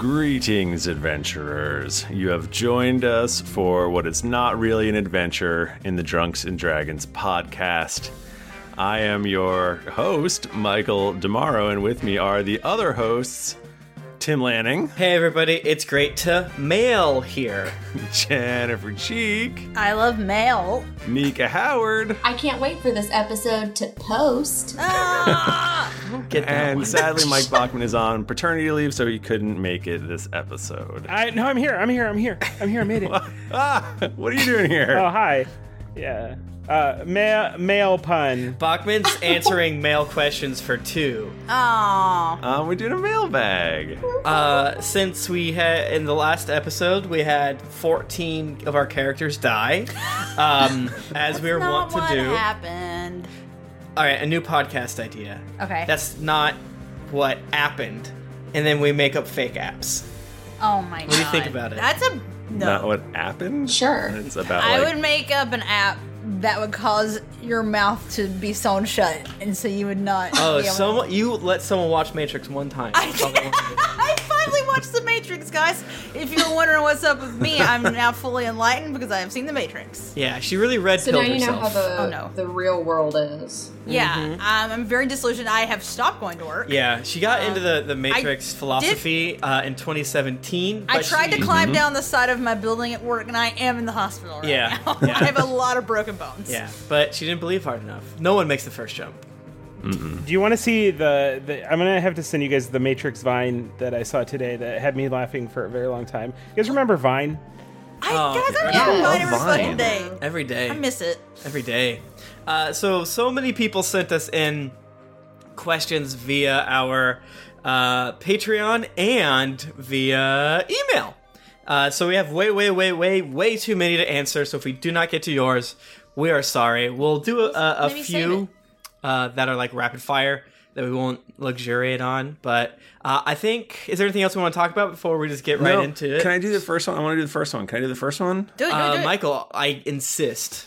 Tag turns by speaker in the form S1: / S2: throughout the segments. S1: Greetings, adventurers. You have joined us for what is not really an adventure in the Drunks and Dragons podcast. I am your host, Michael Damaro, and with me are the other hosts, Tim Lanning,
S2: Hey everybody, it's great to mail here.
S1: Jennifer Cheek,
S3: I love mail.
S1: Nika Howard,
S4: I can't wait for this episode to post.
S3: Oh. Ah!
S2: Get that
S1: and
S2: one.
S1: sadly, Mike Bachman is on paternity leave, so he couldn't make it this episode.
S5: I no, I'm here. I'm here. I'm here. I'm here. I made it. oh,
S1: Ah, what are you doing here?
S5: hi. Yeah. Uh, ma- mail pun.
S2: Bachman's answering mail questions for two.
S3: Aww.
S1: Um, we're doing a mailbag.
S2: Uh, since we had in the last episode, we had 14 of our characters die, um, as we were wont
S3: Not
S2: to
S3: what
S2: do.
S3: happened.
S2: All right, a new podcast idea.
S3: Okay.
S2: That's not what happened, and then we make up fake apps.
S3: oh my god. What
S2: do you think about it?
S3: That's a no.
S1: Not what happened.
S4: Sure.
S1: It's about.
S3: I
S1: like,
S3: would make up an app that would cause your mouth to be sewn shut, and so you would not.
S2: Oh,
S3: be able
S2: someone you let someone watch Matrix one time.
S3: I, I finally watched The Matrix, guys. If you're wondering what's up with me, I'm now fully enlightened because I have seen The Matrix.
S2: yeah, she really red
S4: So
S2: pilled
S4: now you know
S2: herself.
S4: how the
S3: Oh, no.
S4: the real world is.
S3: Yeah,
S2: Mm-hmm.
S3: um, I'm very disillusioned. I have stopped going to work.
S2: Yeah, she got into the, the Matrix
S3: Um, did-
S2: philosophy uh, in 2017.
S3: I
S2: but
S3: tried
S2: she- Mm-hmm.
S3: to climb down the side of my building at work, and I am in the hospital right
S2: Yeah,
S3: now.
S2: yeah.
S3: I have a lot of broken bones.
S2: Yeah, but she didn't believe hard enough. No one makes the first jump.
S5: Do you want to see the, the? I'm gonna have to send you guys the Matrix Vine that I saw today that had me laughing for a very long time. You guys remember Vine?
S3: I
S2: Oh,
S3: guys,
S2: yeah.
S3: I'm having
S4: Yeah.
S3: mine every
S1: Vine.
S3: fucking day.
S2: Every day.
S3: I miss it.
S2: Every day. Uh, so, so many people sent us in questions via our uh, Patreon and via email. Uh, so we have way, way, way, way, way too many to answer. So if we do not get to yours, we are sorry. We'll do a, a, a
S3: Maybe save
S2: few uh, that are like rapid fire that we won't luxuriate on. But uh, I think is there anything else we want to talk about before we just get right
S1: No,
S2: into it?
S1: Can I do the first one? I want to do the first one. Can I do the first one?
S3: Do it, do it, do
S2: uh,
S3: it.
S2: Michael, I insist.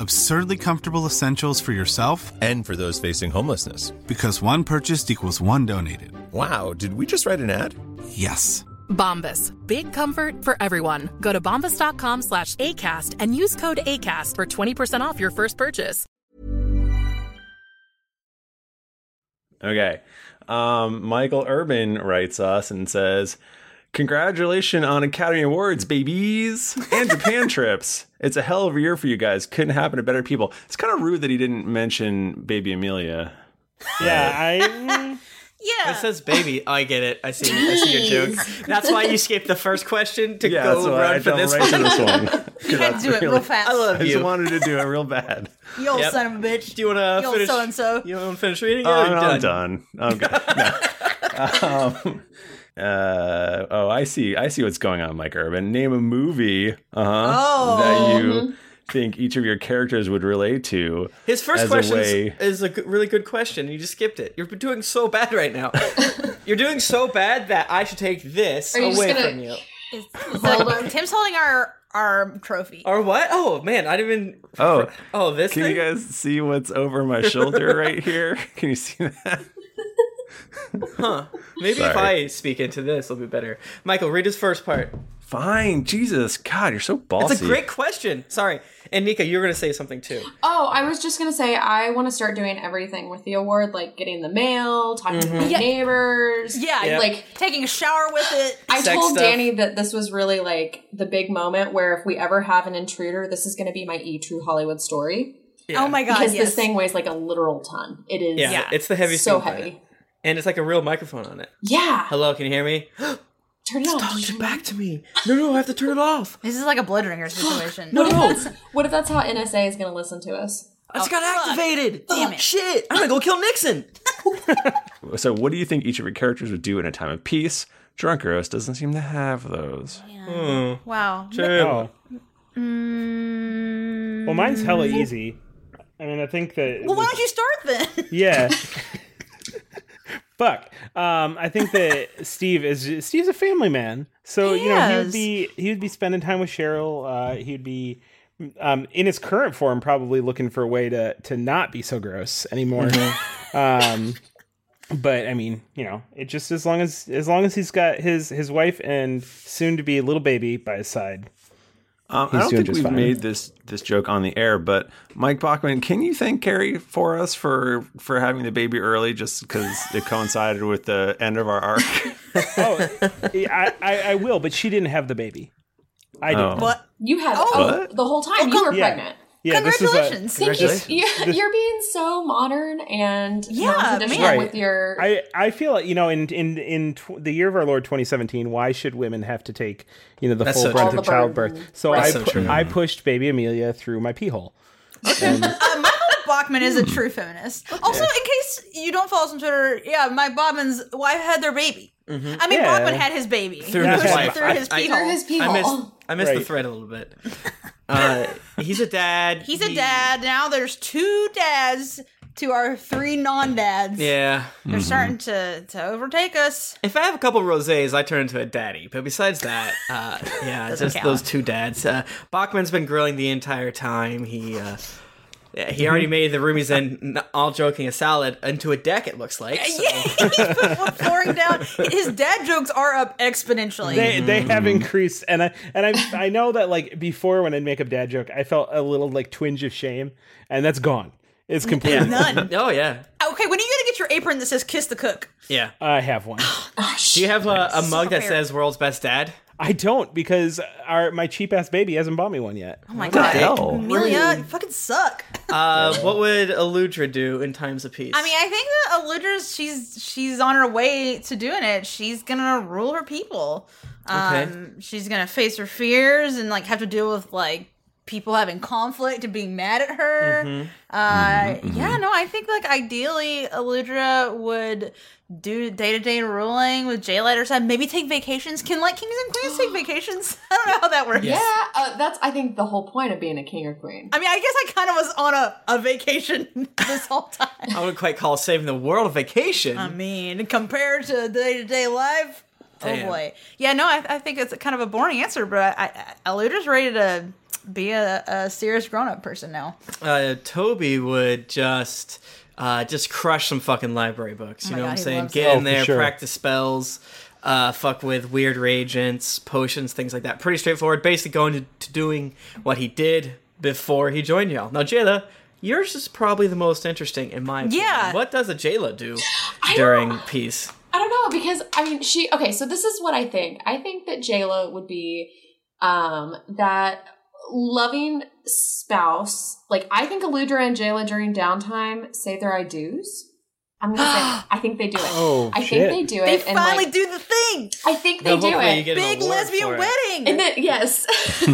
S6: Absurdly comfortable essentials for yourself
S7: And for those facing homelessness.
S6: because one purchased equals one donated.
S7: Wow, did we just write an ad?
S6: Yes.
S8: Bombas. Big comfort for everyone. Go to bombas.com slash ACAST and use code ACAST for 20% off your first purchase.
S1: Okay. Um, Michael Urban writes us and says, Congratulations on Academy Awards, babies, and Japan trips. It's a hell of a year for you guys. Couldn't happen to better people. It's kind of rude that he didn't mention Baby Amelia.
S5: Yeah. I.
S3: Yeah.
S2: It says baby. Oh, I get it. I see. I see your joke. That's why you skipped the first question to
S1: Yeah,
S2: go
S1: so
S2: run
S1: I
S2: for
S1: jumped
S2: this
S1: right
S2: one.
S1: to this one. 'Cause
S3: you had
S1: that's
S3: to do it real
S1: really-
S3: fast.
S2: I love
S1: I just
S2: you.
S1: wanted to do it real bad.
S3: you old
S2: Yep.
S3: son of a bitch.
S2: do you want to
S3: old
S2: finish?
S3: so-and-so.
S2: You want to finish reading it?
S1: Oh,
S2: or
S1: no,
S2: done?
S1: I'm done. Okay. No. um, uh, oh, I see. I see what's going on, Mike Urban. Name a movie uh-huh,
S2: Oh.
S1: that you
S2: Mhm.
S1: think each of your characters would relate to.
S2: His first
S1: as
S2: question
S1: a way,
S2: is a g- really good question. You just skipped it. You're doing so bad right now. You're doing so bad that I should take this
S3: Are you just
S2: away
S3: gonna-
S2: from you.
S3: Is, is that, Tim's holding our our trophy.
S2: Or what? Oh man, I didn't even.
S1: Oh,
S2: oh, this.
S1: Can you guys see what's over my shoulder right here? Can you see that?
S2: Huh? Maybe if
S1: Sorry.
S2: I speak into this, it'll be better. Michael, read his first part.
S1: Fine, Jesus, God, you're so bossy.
S2: It's a great question. Sorry, and Nika, you're gonna say something too.
S4: Oh, I was just gonna say I want to start doing everything with the award, like getting the mail, talking to my
S3: Mhm. Yeah.
S4: neighbors,
S3: Yeah,
S4: yeah, like
S3: taking a shower with it.
S4: I told Danny that this was really like the big moment where if we ever have an intruder, this is going to be my e true Hollywood story.
S3: Oh my god!
S4: Because
S3: yes.
S4: this thing weighs like a literal ton. It is.
S2: Yeah, it's the heaviest. thing
S4: So
S2: on the
S4: heavy.
S2: planet. And it's like a real microphone on it.
S4: Yeah.
S2: Hello, can you hear me?
S4: Turn it off.
S2: Talk back to me. No, no, I have to turn it off.
S3: This is like a blood ringer situation.
S4: What if that's- What if that's how NSA is going to listen to us?
S2: I
S3: Oh,
S2: just got activated. Damn it! Shit! I'm gonna go kill Nixon.
S1: So, what do you think each of your characters would do in a time of peace? Drunkeros doesn't seem to have those.
S3: Wow.
S5: Oh. Well, mine's hella easy. I mean, I think that.
S3: Mm. Well, why don't you start then?
S5: Yeah. Fuck. Um, I think that Steve is Steve's a family man, so you know he would
S9: is.
S5: be he would be spending time with Cheryl. Uh, he'd be um, in his current form probably looking for a way to to not be so gross anymore. um, but I mean, you know, it just as long as as long as he's got his his wife and soon to be little baby by his side.
S1: Um, I
S5: He's
S1: don't
S5: doing
S1: think
S5: just
S1: we've
S5: fine.
S1: made this this joke on the air, but Mike Bachman, can you thank Carrie for us for for having the baby early, just because it coincided with the end of our arc?
S5: Oh, I, I I will, but she didn't have the baby. I did.
S1: Oh. What?
S4: You had
S1: Oh.
S4: oh,
S1: What?
S4: the whole time you were
S5: Yeah.
S4: pregnant.
S5: Yeah, this is a-
S4: Congratulations. Thank you.
S5: Congratulations.
S4: You-
S5: This-
S4: You're being so modern and yeah,
S5: Right.
S4: with your.
S5: I, I feel like you know in in in tw- the year of our Lord 2017 why should women have to take you know the
S9: That's
S5: full
S9: so
S5: brunt
S9: true.
S5: of childbirth so
S9: That's
S5: I
S9: so
S5: pu-
S9: true.
S5: I pushed baby Amelia through my pee hole
S3: Uh, Michael Bachman is a true feminist. Also, in case you don't follow us on Twitter, yeah, Mike Bachman's wife had their baby. I mean,
S2: Mm-hmm. Yeah.
S3: Bachman had his baby
S2: Through
S3: He
S2: his
S3: pushed it
S2: wife.
S3: Through
S2: I-
S3: his
S2: I-
S3: pee
S2: Through
S3: hole.
S2: his pee I missed- hole. I missed the Right. thread a little bit. Uh, he's a dad.
S3: He's a dad now. There's two dads to our three non-dads.
S2: Yeah. Mm-hmm.
S3: they're starting to to overtake us.
S2: If I have a couple rosés, I turn into a daddy. But besides that, uh, yeah,
S3: Doesn't
S2: just
S3: count.
S2: those two dads. Uh, Bachman's been grilling the entire time. He uh, yeah, he already made the roomies and n- all joking a salad into a deck. It looks like. So.
S3: Pouring down, his dad jokes are up exponentially.
S5: they they
S9: Mm-hmm.
S5: have increased and I and I I know that like before when I'd make a dad joke I felt a little like twinge of shame and that's gone it's complete
S3: None.
S2: oh yeah
S3: Okay, when are you gonna get your apron that says "Kiss the Cook"?
S2: yeah
S5: I have one
S2: Do you have a, a mug that
S3: Sorry.
S2: says "World's Best Dad"?
S5: I don't because our my cheap ass baby hasn't bought me one yet
S3: Oh my
S2: What the
S3: god,
S2: hell?
S3: Amelia, you fucking suck.
S2: Uh, what would Eludra do in times of peace?
S3: I mean, I think that Eludra's she's she's on her way to doing it. She's gonna rule her people. Um,
S2: Okay.
S3: She's gonna face her fears and like have to deal with like people having conflict and being mad at her.
S2: Mhm.
S3: Uh, yeah, no, I think like ideally Eludra would do day to day ruling with Jay at her side. Maybe take vacations. Can like kings and queens take vacations? I don't know how that works.
S4: Yeah, uh, that's I think the whole point of being a king or queen.
S3: I mean, I guess I kind of was on a, a vacation this whole time.
S2: I wouldn't quite call saving the world a vacation.
S3: I mean, compared to day to day life,
S2: Damn.
S3: oh boy. Yeah, no, I, I think it's kind of a boring answer, but I, I, Eludra's ready to be a, a serious grown up person now.
S2: uh, Toby would just uh, just crush some fucking library books. You
S3: my
S2: know
S3: God,
S2: what I'm
S3: he
S2: saying?
S3: loves
S2: Get
S3: that.
S2: in
S3: Oh, for
S2: there,
S3: sure.
S2: practice spells, uh, fuck with weird reagents, potions, things like that. Pretty straightforward. Basically, going to, to doing what he did before he joined y'all. Now, Jayla, yours is probably the most interesting in my opinion.
S4: Yeah.
S2: What does a Jayla do during peace?
S4: I don't know because I mean she okay, so this is what I think. I think that Jayla would be um that loving spouse. Like I think Aludra and Jayla during downtime say their I do's. I'm gonna say I think they do it.
S3: Oh,
S4: I
S3: shit.
S4: think they do it.
S3: They
S4: and,
S3: finally
S4: like,
S3: do the thing.
S4: I think they
S3: Well,
S4: do
S3: hopefully
S4: it.
S3: you get an Big award lesbian for it. wedding.
S4: And then yes.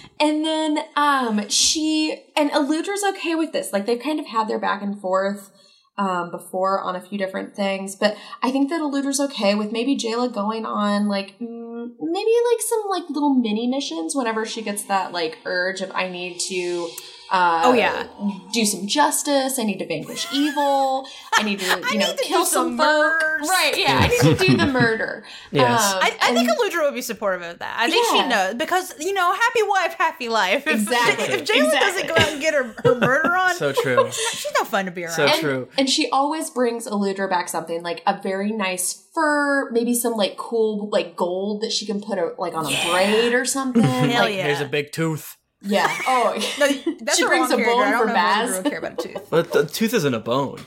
S4: and then um she and Eludra's okay with this. Like they've kind of had their back and forth. um, before on a few different things, but I think that Eluder's okay with maybe Jayla going on like mm, maybe like some like little mini missions whenever she gets that like urge of I need to. Uh,
S3: Oh, yeah.
S4: do some justice. I need to vanquish evil. I need to you know
S3: need to
S4: kill
S3: do some
S4: some, folk. Right? Yeah, I need to do the murder.
S3: Yes.
S4: Um,
S3: I, I think Aludra would be supportive of that. I think
S4: Yeah.
S3: she knows because you know, happy wife, happy life. If,
S4: Exactly.
S3: If Jayla doesn't go out and get her, her murder on,
S2: So true.
S3: she's no fun to be around.
S2: So true.
S4: And she always brings Eludra back something like a very nice fur, maybe some like cool like gold that she can put a, like on a braid or something.
S2: Hell
S4: like,
S2: yeah. Here's a big tooth.
S4: yeah. Oh,
S3: that's
S4: she
S3: a
S4: brings
S3: wrong character. I
S4: a bone
S3: don't
S4: for
S3: know if
S4: Baz.
S3: Eludra would care about a tooth.
S2: But the tooth isn't a bone.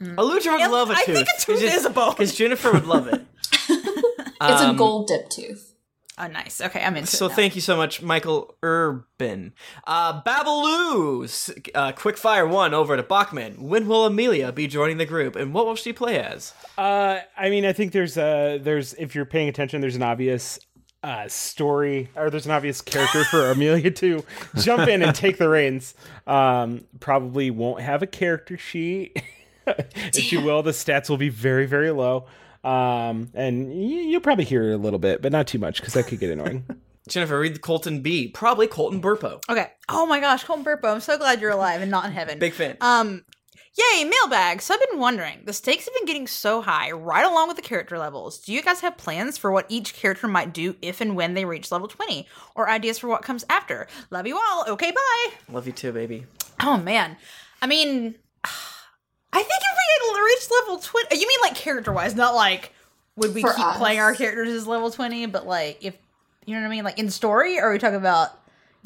S2: Mm. would love a
S3: I
S2: tooth.
S3: think a tooth is a bone.
S2: Because Jennifer would love it.
S4: It's a
S2: Um,
S4: gold dip tooth.
S3: Oh, nice. Okay, I'm into
S2: So
S3: it. now.
S2: thank you so much, Michael Urban. Uh, Babaloo's uh, quickfire one over to Bachman. When will Amelia be joining the group, and what will she play as?
S5: Uh, I mean, I think there's uh there's if you're paying attention, there's an obvious uh story or there's an obvious character for Amelia to jump in and take the reins. Um, probably won't have a character sheet. if you will, the stats will be very very low. Um, and y- you'll probably hear it a little bit, but not too much because that could get annoying.
S2: Jennifer, read the Colton B. Probably Colton Burpo.
S3: Okay. Oh my gosh, Colton Burpo, I'm so glad you're alive and not in heaven.
S2: Big fan.
S3: Um, yay, mailbag. So I've been wondering, the stakes have been getting so high, right along with the character levels. Do you guys have plans for what each character might do if and when they reach level 20? Or ideas for what comes after? Love you all. Okay, bye.
S2: Love you too, baby.
S3: Oh man. I mean, I think if we had reached level 20, you mean like character wise, not like would we
S4: For
S3: keep
S4: us.
S3: playing our characters as level 20, but like if, you know what I mean? Like in story, or are we talking about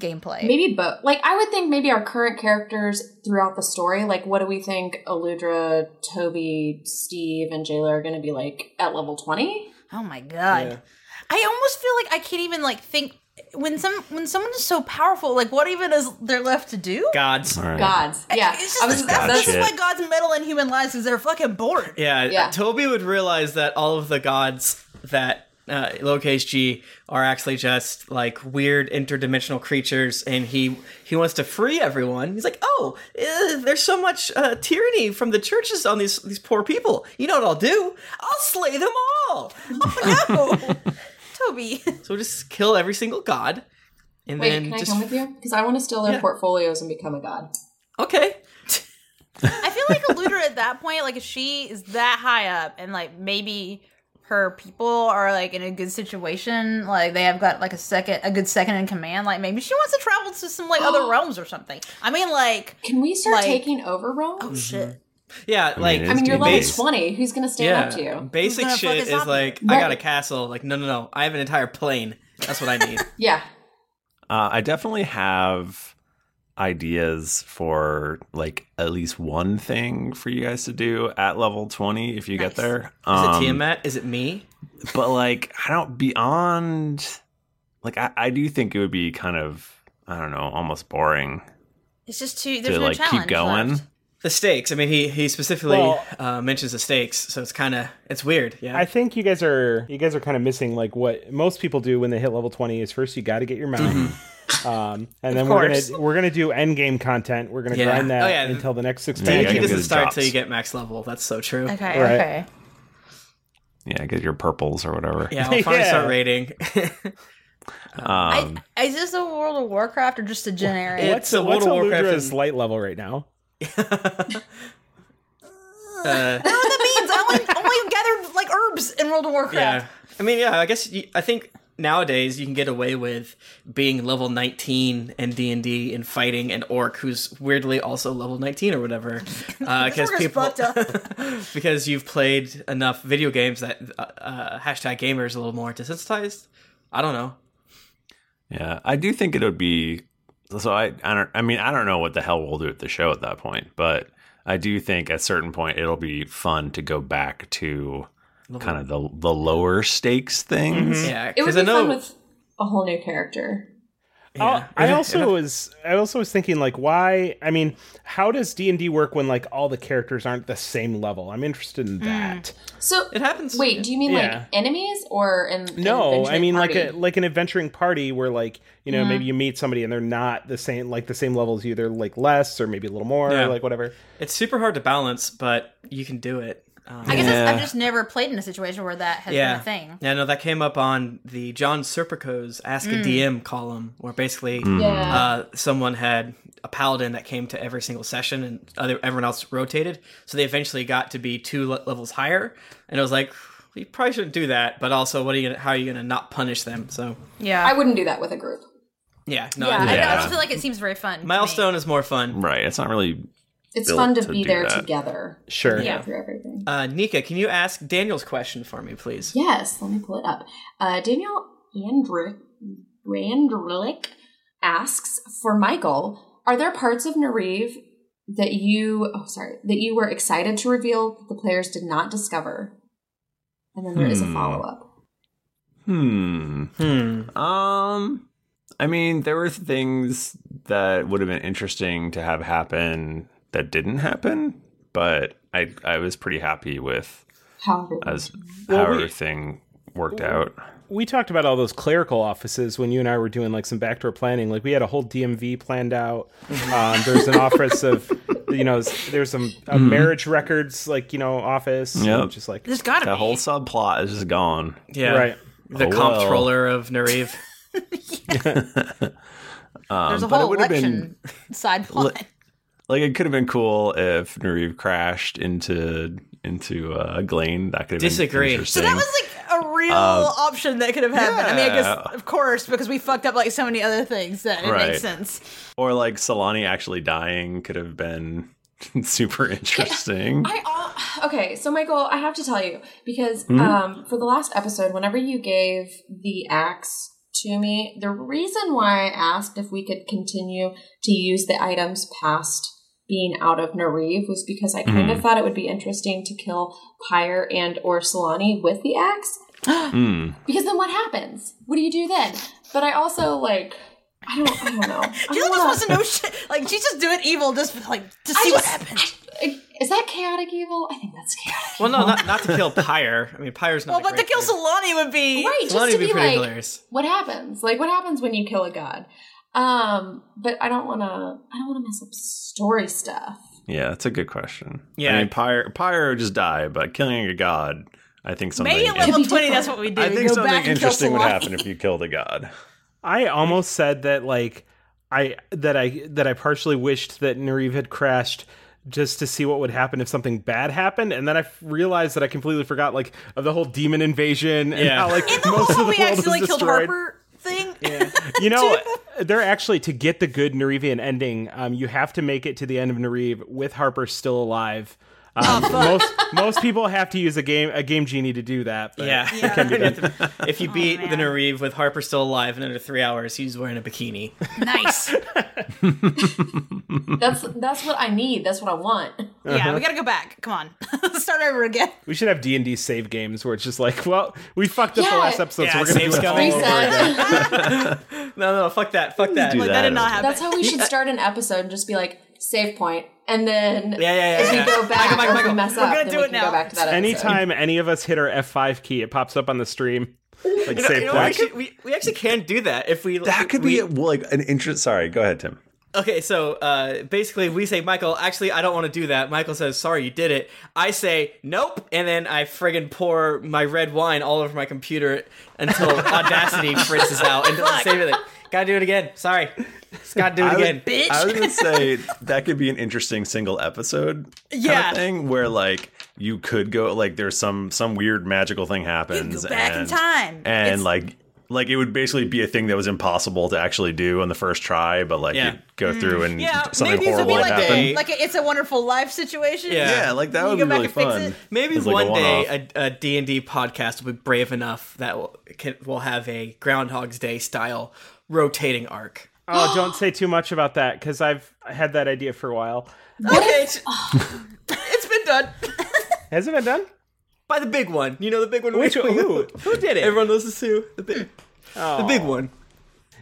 S3: gameplay?
S4: Maybe both. Like I would think maybe our current characters throughout the story. Like what do we think Eludra, Toby, Steve, and Jayla are going to be like at level twenty?
S3: Oh my god. I almost feel like I can't even like think when some when someone is so powerful, like what even is there left to do?
S2: Gods.
S4: Gods. Yeah.
S3: It's just,
S4: I was-
S3: that's,
S1: God
S3: that's
S1: shit.
S3: why gods meddle in human lives because they're fucking bored.
S2: Yeah, uh,
S4: Yeah.
S2: Toby would realize that all of the gods that uh, lowercase g are actually just like weird interdimensional creatures, and he he wants to free everyone. He's like, oh, eh, there's so much uh, tyranny from the churches on these these poor people. You know what I'll do? I'll slay them all.
S3: Toby.
S2: so just kill every single god, and
S4: Wait,
S2: then
S4: can I
S2: just
S4: come with you? Because I want to steal their portfolios and become a god.
S2: okay.
S3: I feel like Eludra at that point, like if she is that high up and like maybe her people are like in a good situation, like they have got like a second a good second in command, like maybe she wants to travel to some like other realms or something. I mean like
S4: Can we start
S3: Like-
S4: taking over roles?
S1: Mm-hmm.
S3: oh shit.
S2: Yeah, like
S4: I mean, you're level
S2: base-
S4: 20. Who's going to stand up to you?
S2: Basic
S3: gonna fuck
S2: shit
S3: us
S2: is
S3: up?
S2: like, I
S4: Right.
S2: got a castle. Like, no, no, no. I have an entire plane. That's what I need.
S4: Yeah.
S1: Uh, I definitely have ideas for like at least one thing for you guys to do at level 20 if you get there.
S2: Is it
S1: Um,
S2: Tiamat? Is it me?
S1: But like, I don't, beyond, like, I, I do think it would be kind of, I don't know, almost boring
S3: It's just too there's
S1: to
S3: no
S1: like
S3: challenge.
S1: keep going.
S3: left.
S2: The stakes. I mean, he he specifically
S5: Well-
S2: uh, mentions the stakes, so it's kind of it's weird. Yeah.
S5: I think you guys are you guys are kind of missing like what most people do when they hit level twenty is first you got to get your mount,
S2: Mm-hmm.
S5: um, and then we're
S3: course.
S5: gonna we're gonna do end game content. We're gonna
S2: Yeah.
S5: grind that
S2: Oh, yeah.
S5: until the next
S1: Yeah,
S2: He
S5: expansion.
S1: gotta get
S2: doesn't
S1: the
S2: start
S1: drops.
S2: till you get max level. That's so true.
S3: Okay,
S5: Right.
S3: okay.
S1: Yeah, get your purples or whatever.
S2: Yeah, I'll finally
S5: Yeah.
S2: start rating. Uh,
S1: Um,
S3: I, is this a World of Warcraft or just a generic?
S2: it's a World
S5: What's
S2: of Warcraft.
S5: Eludra's
S2: and-
S5: light level right now?
S3: I don't know what that means. I only, only gathered like herbs in World of Warcraft.
S2: yeah. I mean, yeah. I guess you, I think nowadays you can get away with being level 19 in D and D and fighting an orc who's weirdly also level 19 or whatever, because
S3: orc is
S2: people
S3: fucked up.
S2: because you've played enough video games that uh, uh, hashtag gamers a little more desensitized. I don't know.
S1: Yeah, I do think it would be. So I, I don't. I mean, I don't know what the hell we'll do at the show at that point, but I do think at a certain point it'll be fun to go back to kind of the the lower stakes things.
S2: Yeah,
S3: Mm.
S4: It
S2: because
S4: would be
S2: I know
S4: fun with a whole new character.
S5: I'll-
S2: Yeah.
S5: Uh, I
S2: If-
S5: also
S2: if-
S5: was I also was thinking like why I mean how does D and D work when like all the characters aren't the same level? I'm interested
S2: Hmm.
S5: in that.
S4: So
S2: it happens.
S4: Wait, do you mean
S5: Yeah.
S4: like enemies or in? in
S5: No, I
S4: adventuring
S5: mean like a
S4: party?
S5: like an adventuring party where like you know
S4: Mhm.
S5: maybe you meet somebody and they're not the same like the same level as you. They're like less or maybe a little more
S2: Yeah.
S5: or like whatever.
S2: It's super hard to balance, but you can do it. Um,
S5: I guess that's-
S3: I've just never played in a situation where that has
S2: yeah.
S3: been a thing.
S2: Yeah, no, that came up on the John Serpico's Ask
S3: Mm.
S2: a DM column, where basically
S3: Mm. Yeah.
S2: uh, someone had a paladin that came to every single session, and other everyone else rotated. So they eventually got to be two le- levels higher, and it was like, we probably shouldn't do that. But also, what are you? Gonna, how are you going to not punish them? So
S3: Yeah,
S4: I wouldn't do that with a group.
S2: yeah, no,
S3: yeah, I,
S2: yeah.
S3: I just feel like it seems very fun. to me.
S2: milestone is more fun.
S1: Right. It's not really.
S4: It's
S1: built
S4: fun to,
S1: to
S4: be
S1: do
S4: there
S1: that.
S4: together.
S5: Sure.
S4: Yeah.
S2: Yeah.
S4: Through everything.
S2: Uh, Nika, can you ask Daniel's question for me, please?
S4: Yes, let me pull it up. Uh, Daniel Andrick, Randrick asks for Michael. Are there parts of Nariv that you, oh sorry, that you were excited to reveal that the players did not discover? And then there is a
S1: Hmm.
S4: follow up.
S1: Hmm.
S2: Hmm.
S1: Um. I mean, there were things that would have been interesting to have happen that didn't happen, but I I was pretty happy with
S4: However,
S1: as
S5: Well,
S1: how
S5: we-
S1: everything worked out.
S5: We talked about all those clerical offices when you and I were doing like some backdoor planning. Like we had a whole DMV planned out.
S2: Mm-hmm.
S5: Um, there's an office of, you know, there's some a
S2: Mm-hmm.
S1: Mhm.
S5: marriage records like you know office. and
S1: Yep.
S5: Just like
S3: There's gotta
S1: that whole subplot is just gone.
S2: Yeah.
S5: Right.
S2: The
S1: Oh, well.
S2: comptroller of Nariv.
S1: Um,
S3: There's a
S1: but it
S3: whole
S1: would have
S3: election
S1: been
S3: side
S1: li-
S3: plot.
S1: like it could have been cool if Nariv crashed into into uh, Glane. That could have
S2: Disagree.
S1: been interesting.
S3: So that was like a real
S1: Uh,
S3: option that could have happened. I mean, I
S1: yeah.
S3: guess of course because we fucked up like so many other things that it
S1: Right.
S3: makes sense.
S1: or like Solani actually dying could have been super interesting.
S4: I all okay. So Michael, I have to tell you because
S1: Mhm.
S4: um, for the last episode, whenever you gave the axe to me, the reason why I asked if we could continue to use the items past being out of Nariv was because I kind of
S1: Mhm.
S4: thought it would be interesting to kill Pyre and or Solani with the axe.
S1: Hmm.
S4: Because then what happens? What do you do then? But I also like I don't I don't know. I
S3: Jill
S4: don't
S3: just
S4: wanna-
S3: wants to know shit. Like she's just doing evil just for, like to
S4: I
S3: see what
S4: just-
S3: happens.
S4: Is that chaotic evil? I think that's chaotic.
S2: Well, no, not, not to kill Pyre. I mean, Pyre's not.
S3: Well, but to kill Solani would be
S4: right just
S2: Lonnie
S4: to
S2: would
S4: be,
S2: be pretty
S4: like
S2: hilarious.
S4: what happens like what happens when you kill a god um but i don't want to i don't want to mess up story stuff
S1: Yeah, that's a good question.
S2: Yeah.
S1: I mean, Pyre, Pyre would just die, but killing a god, I think something.
S3: maybe at level twenty. That's what we do.
S1: I
S3: We
S1: think
S3: go
S1: something
S3: back and kill
S1: interesting would
S3: Solani.
S1: happen if you killed a god.
S5: I almost said that like I that I that I partially wished that Nariv had crashed just to see what would happen if something bad happened, and then I f- realized that I completely forgot like of the whole demon invasion and
S2: Yeah.
S5: how like
S3: In the
S5: most
S3: whole
S5: of the
S3: we
S5: world was
S3: accidentally killed
S5: destroyed.
S3: Harper thing.
S5: You know, they're actually to get the good Narivian ending, um, you have to make it to the end of Nariv with Harper still alive.
S3: Oh,
S5: Um, most most people have to use a game a game genie to do that. but
S2: Yeah.
S5: it can be done.
S2: if
S3: Oh,
S2: you beat the Nariv with Harper still alive in under three hours, he's wearing a bikini.
S3: Nice.
S4: that's that's what i need that's what i want
S3: Yeah,
S1: Uh-huh.
S3: we gotta go back. Come on, Let's start over again.
S5: We should have D and D save games where it's just like, well, we fucked up
S4: Yeah.
S5: the last episode,
S2: Yeah,
S5: so we're gonna do
S2: save
S5: it all
S2: scum.
S5: over again.
S4: reset
S2: No, no, fuck that, fuck that.
S1: do
S3: Like, that,
S1: that
S3: did not
S1: over.
S3: happen.
S4: that's how we should start an episode and just be like save point and then
S2: Yeah, yeah, yeah,
S4: if we
S2: yeah.
S4: go back
S2: Michael,
S4: or if
S2: Michael,
S4: we mess
S3: we're
S4: up
S3: gonna
S4: then
S3: do
S4: we
S3: it
S4: can
S3: now.
S4: go back to that episode.
S5: Anytime any of us hit our F five key, it pops up on the stream, like
S2: You know,
S5: save
S2: you know,
S5: point.
S2: actually, we, we actually can do that if we
S1: That could be like an interest. Sorry, go ahead, Tim.
S2: Okay, so uh, basically, we say, Michael, actually, I don't want to do that. Michael says, sorry, you did it. I say, nope. And then I friggin' pour my red wine all over my computer until Audacity freezes out and doesn't save it. Gotta do it again. Sorry. Just gotta do it
S1: I would-
S2: again.
S1: I was gonna say that could be an interesting single episode kind
S3: Yeah.
S1: of thing where like you could go like there's some some weird magical thing happens
S3: back in
S1: and,
S3: time.
S1: and
S3: It's-
S1: like like it would basically be a thing that was impossible to actually do on the first try, but like
S2: Yeah.
S1: you'd go through and
S3: Mm. Yeah,
S1: something
S3: maybe this would
S1: horrible
S3: be
S1: would
S3: like,
S1: happen.
S3: a, like a it's a wonderful life situation.
S2: Yeah.
S1: yeah, like that
S3: You
S1: would
S3: go
S1: be
S3: back
S1: really
S3: and fix
S1: fun.
S3: it.
S2: Maybe
S1: It's like a
S2: one
S1: one-off.
S2: day a, a D&D podcast will be brave enough that will, can, will have a Groundhog's Day style rotating arc.
S5: Oh, don't say too much about that because I've had that idea for a while.
S2: Okay. it's-
S3: It's been done.
S5: Has it been done?
S2: By the big one. You know the big one?
S5: Which
S2: we-
S5: who who did it?
S2: Everyone listens to? The big, the big one.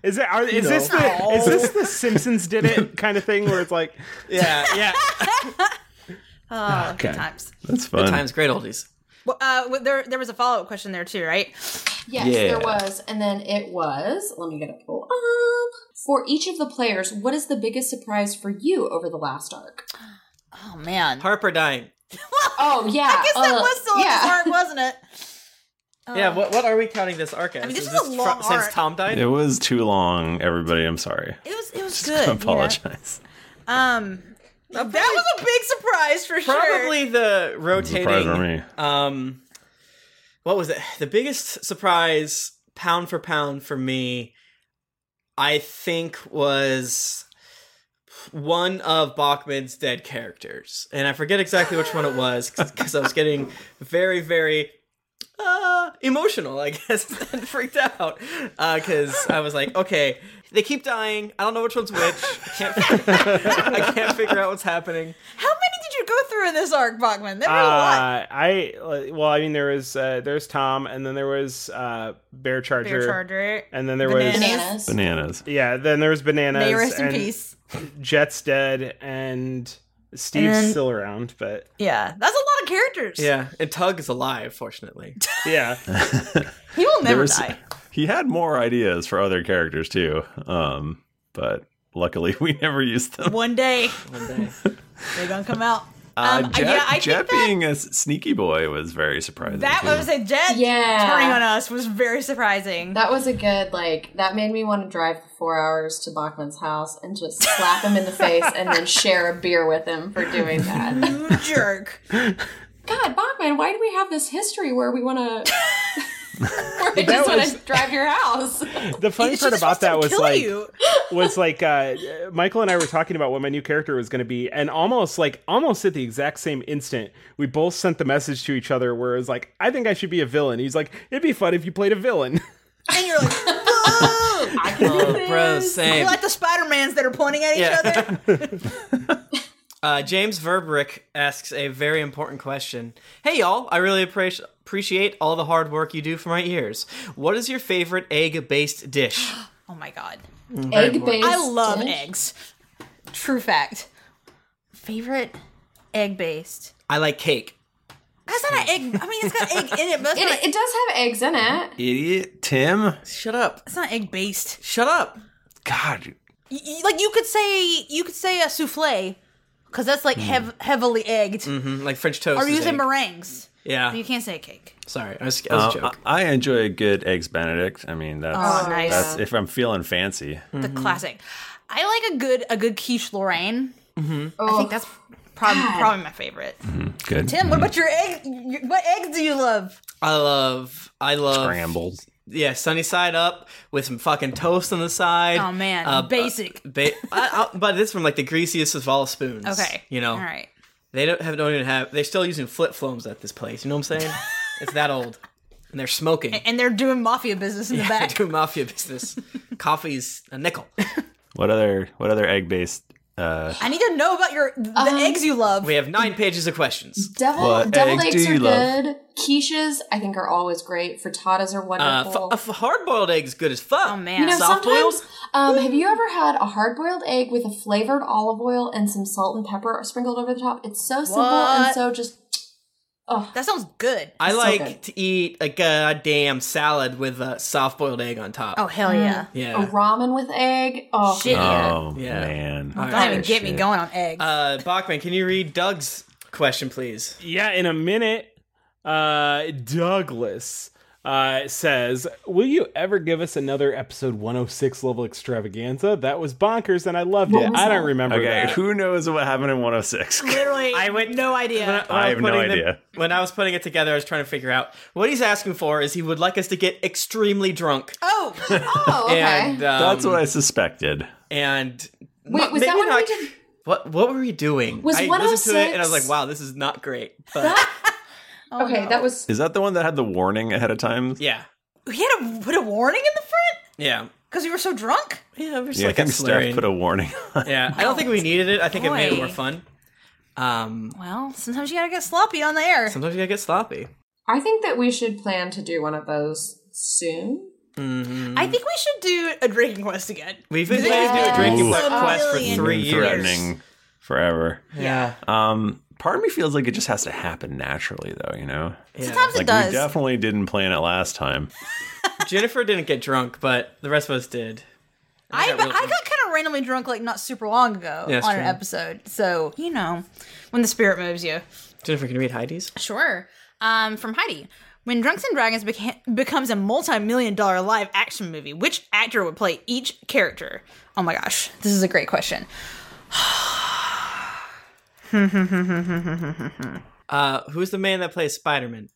S5: Is that are,
S2: You
S5: is this
S2: know.
S5: the is this the Simpsons did it kind of thing where it's like
S2: yeah yeah
S3: Oh,
S5: Okay.
S3: good times.
S1: That's
S2: Good times, great oldies.
S3: Well, uh, w- there, there was a follow up question there too, right?
S4: Yes, there was. And then it was, let me get it pulled up. For each of the players, what is the biggest surprise for you over the last arc?
S3: Oh, man.
S2: Harper dying.
S4: Oh, yeah.
S3: I guess that
S4: uh,
S3: was the last
S4: yeah.
S3: arc, wasn't it?
S2: yeah, what, what are we counting this arc as?
S3: Oh. mean, this
S2: Is
S3: was a long
S2: fro- since
S3: arc.
S2: Tom died?
S1: It was too long, everybody. I'm sorry.
S3: It was, it was
S1: I
S3: good. you know?
S1: apologize.
S3: Um, that was a big surprise for sure.
S2: Probably the
S1: Surprise
S2: rotating.
S1: for me.
S2: Um, what was it? The biggest surprise, pound for pound, for me, I think was one of Bachman's dead characters, and I forget exactly which one it was because I was getting very, very uh, emotional, I guess, and freaked out because I was like, okay, they keep dying. I don't know which one's which. I can't, I can't figure out what's happening.
S3: How many did you go through in this arc, Bachman? There were a lot.
S5: Uh, I uh, well, I mean, there was uh, there's Tom, and then there was uh, Bear Charger,
S3: Charger,
S5: and then there
S3: Bananas.
S5: was
S1: Bananas.
S5: Yeah, then there was bananas.
S3: May you rest in
S5: and
S3: peace.
S5: Jet's dead, and Steve's
S3: And then-
S5: still around, but
S3: Yeah, that's a lot of characters.
S2: Yeah, and Tug is alive, fortunately.
S5: yeah,
S3: He will
S1: There
S3: never
S1: was-
S3: die.
S1: He had more ideas for other characters too, um, but luckily we never used them.
S3: One day,
S2: One day.
S3: they're going to come out.
S1: Uh,
S3: Um,
S1: Jet,
S3: yeah, I
S1: Jet
S3: think that-
S1: being a s- sneaky boy was very surprising.
S3: That
S1: too.
S3: was a jet
S4: Yeah.
S3: turning on us was very surprising.
S4: That was a good, like, that made me want to drive for four hours to Bachman's house and just slap him in the face and then share a beer with him for doing that.
S3: You jerk.
S4: God, Bachman, why do we have this history where we want to. where we just want to drive your house?
S5: the funny
S3: She's
S5: part
S3: supposed
S5: about
S3: to
S5: that was
S3: kill
S5: like
S3: you.
S5: was like uh, Michael and I were talking about what my new character was going to be, and almost like almost at the exact same instant, we both sent the message to each other where it was like, I think I should be a villain. He's like, it'd be fun if you played a villain.
S3: and you're like, "Boo!"
S4: I can do
S2: Oh, bro,
S4: this.
S3: You're
S2: same.
S3: like the Spider-Mans that are pointing at each
S2: Yeah.
S3: other.
S2: Uh, James Verbrick asks a very important question. Hey, y'all! I really appre- appreciate all the hard work you do for my ears. What is your favorite egg-based dish?
S3: Oh my god.
S4: Egg based.
S3: I love eggs. True fact. Favorite egg based.
S2: I like cake.
S3: That's not an egg. I mean, it's got egg in it, but that's not,
S4: It, it does have eggs in it.
S1: idiot, Tim.
S2: Shut up!
S3: it's not egg based.
S2: Shut up!
S1: God,
S3: Like you could say, you could say a souffle, because that's like hev- heavily egged.
S2: hmm like French toast.
S3: Or
S2: is
S3: you say
S2: egg.
S3: meringues.
S2: Yeah.
S3: You can't say cake.
S2: Sorry, I was, I was a
S1: Um,
S2: joke.
S1: I, I enjoy a good eggs Benedict. I mean, that's
S3: Oh, nice.
S1: that's if I'm feeling fancy.
S3: The classic. I like a good a good quiche Lorraine. I
S4: Oh,
S3: think that's probably probably my favorite.
S1: Good
S3: Tim, what about your egg? your- What eggs do you love?
S2: I love. I love.
S1: scrambled.
S2: Yeah, sunny side up with some fucking toast on the side.
S3: Oh man,
S2: Uh,
S3: basic.
S2: Ba- I, I, but it's from like the greasiest of all spoons.
S3: okay,
S2: you know.
S3: All right.
S2: They don't have don't even have. They're still using flip flops at this place. You know what I'm saying? it's that old, and they're smoking.
S3: And they're doing mafia business in the
S2: They're
S3: back.
S2: doing mafia business. Coffee's a nickel.
S1: What other what other egg based? Uh,
S3: I need to know about your the eggs you love.
S2: We have nine pages of questions.
S4: Devil,
S1: What
S4: deviled
S1: eggs
S4: eggs
S1: do you
S4: are
S1: love?
S4: good. Quiches, I think, are always great. Frittatas are
S2: Uh,
S4: wonderful.
S2: f- hard boiled eggs good as fuck.
S3: Oh man,
S4: you know,
S2: soft boiled?
S4: sometimes, um, have you ever had a hard boiled egg with a flavored olive oil and some salt and pepper sprinkled over the top? It's so simple
S3: What?
S4: and so just. Oh,
S3: that sounds good.
S2: I
S4: so
S2: like
S4: good.
S2: to eat a goddamn salad with a soft boiled egg on top.
S3: Oh hell yeah!
S2: yeah.
S4: a ramen with egg. Oh,
S3: Shit yeah!
S1: Oh
S2: Yeah.
S1: man,
S2: All
S3: Don't
S2: right.
S3: even get me going on eggs.
S2: Uh, Bachman, can you read Doug's question, please?
S5: yeah, in a minute, uh, Douglas uh, says, Will you ever give us another episode 106 level extravaganza? That was bonkers and I loved it.
S4: was
S5: I don't
S4: that?
S5: remember.
S1: Okay,
S5: that.
S1: who knows what happened in 106?
S3: Literally, I would no idea.
S2: When
S1: I
S2: was
S1: have no
S2: putting them-
S1: idea.
S2: when I was putting it together, I was trying to figure out what he's asking for. Is he would like us to get extremely drunk?
S3: oh,
S4: oh okay.
S2: And um,
S1: That's what I suspected.
S2: and
S4: Wait, was
S2: maybe
S4: that when
S2: not-
S4: we did?
S2: What what were we doing?
S4: Was
S2: I listened to it and I was like,
S4: 106?
S2: wow, this is not great. But
S4: Okay, that was.
S1: Is that the one that had the warning ahead of time?
S2: yeah,
S3: we had a put a warning in the front
S2: yeah,
S3: because we were so drunk.
S2: yeah. We're just
S1: Yeah, I
S2: like
S1: think Steph put a warning. on.
S2: yeah. I don't think we needed it. I think it made it
S3: Boy.
S2: more fun. Um,
S3: Well, sometimes you gotta get sloppy on the air.
S2: sometimes you gotta get sloppy.
S4: I think that we should plan to do one of those soon.
S3: I think we should do a drinking quest again.
S2: We've been planning to do a drinking
S1: Yes.
S2: quest for
S1: It's
S2: three
S1: been
S2: years.
S1: threatening forever.
S2: Yeah.
S1: Um, part of me feels like it just has to happen naturally, though. You know,
S2: Yeah. Sometimes it
S1: like,
S2: does.
S1: We definitely didn't plan it last time.
S2: Jennifer didn't get drunk, but the rest of us did.
S3: I, but I got kind of randomly drunk like not super long ago
S2: Yeah, that's
S3: on an
S2: true.
S3: episode. So, you know, when the spirit moves you.
S2: Jennifer, can you read Heidi's?
S3: Sure. Um, from Heidi. When Drunks and Dragons beca- becomes a multi million dollar live action movie, which actor would play each character? Oh my gosh, this is a great question.
S2: Uh, who's the man that plays Spider Man?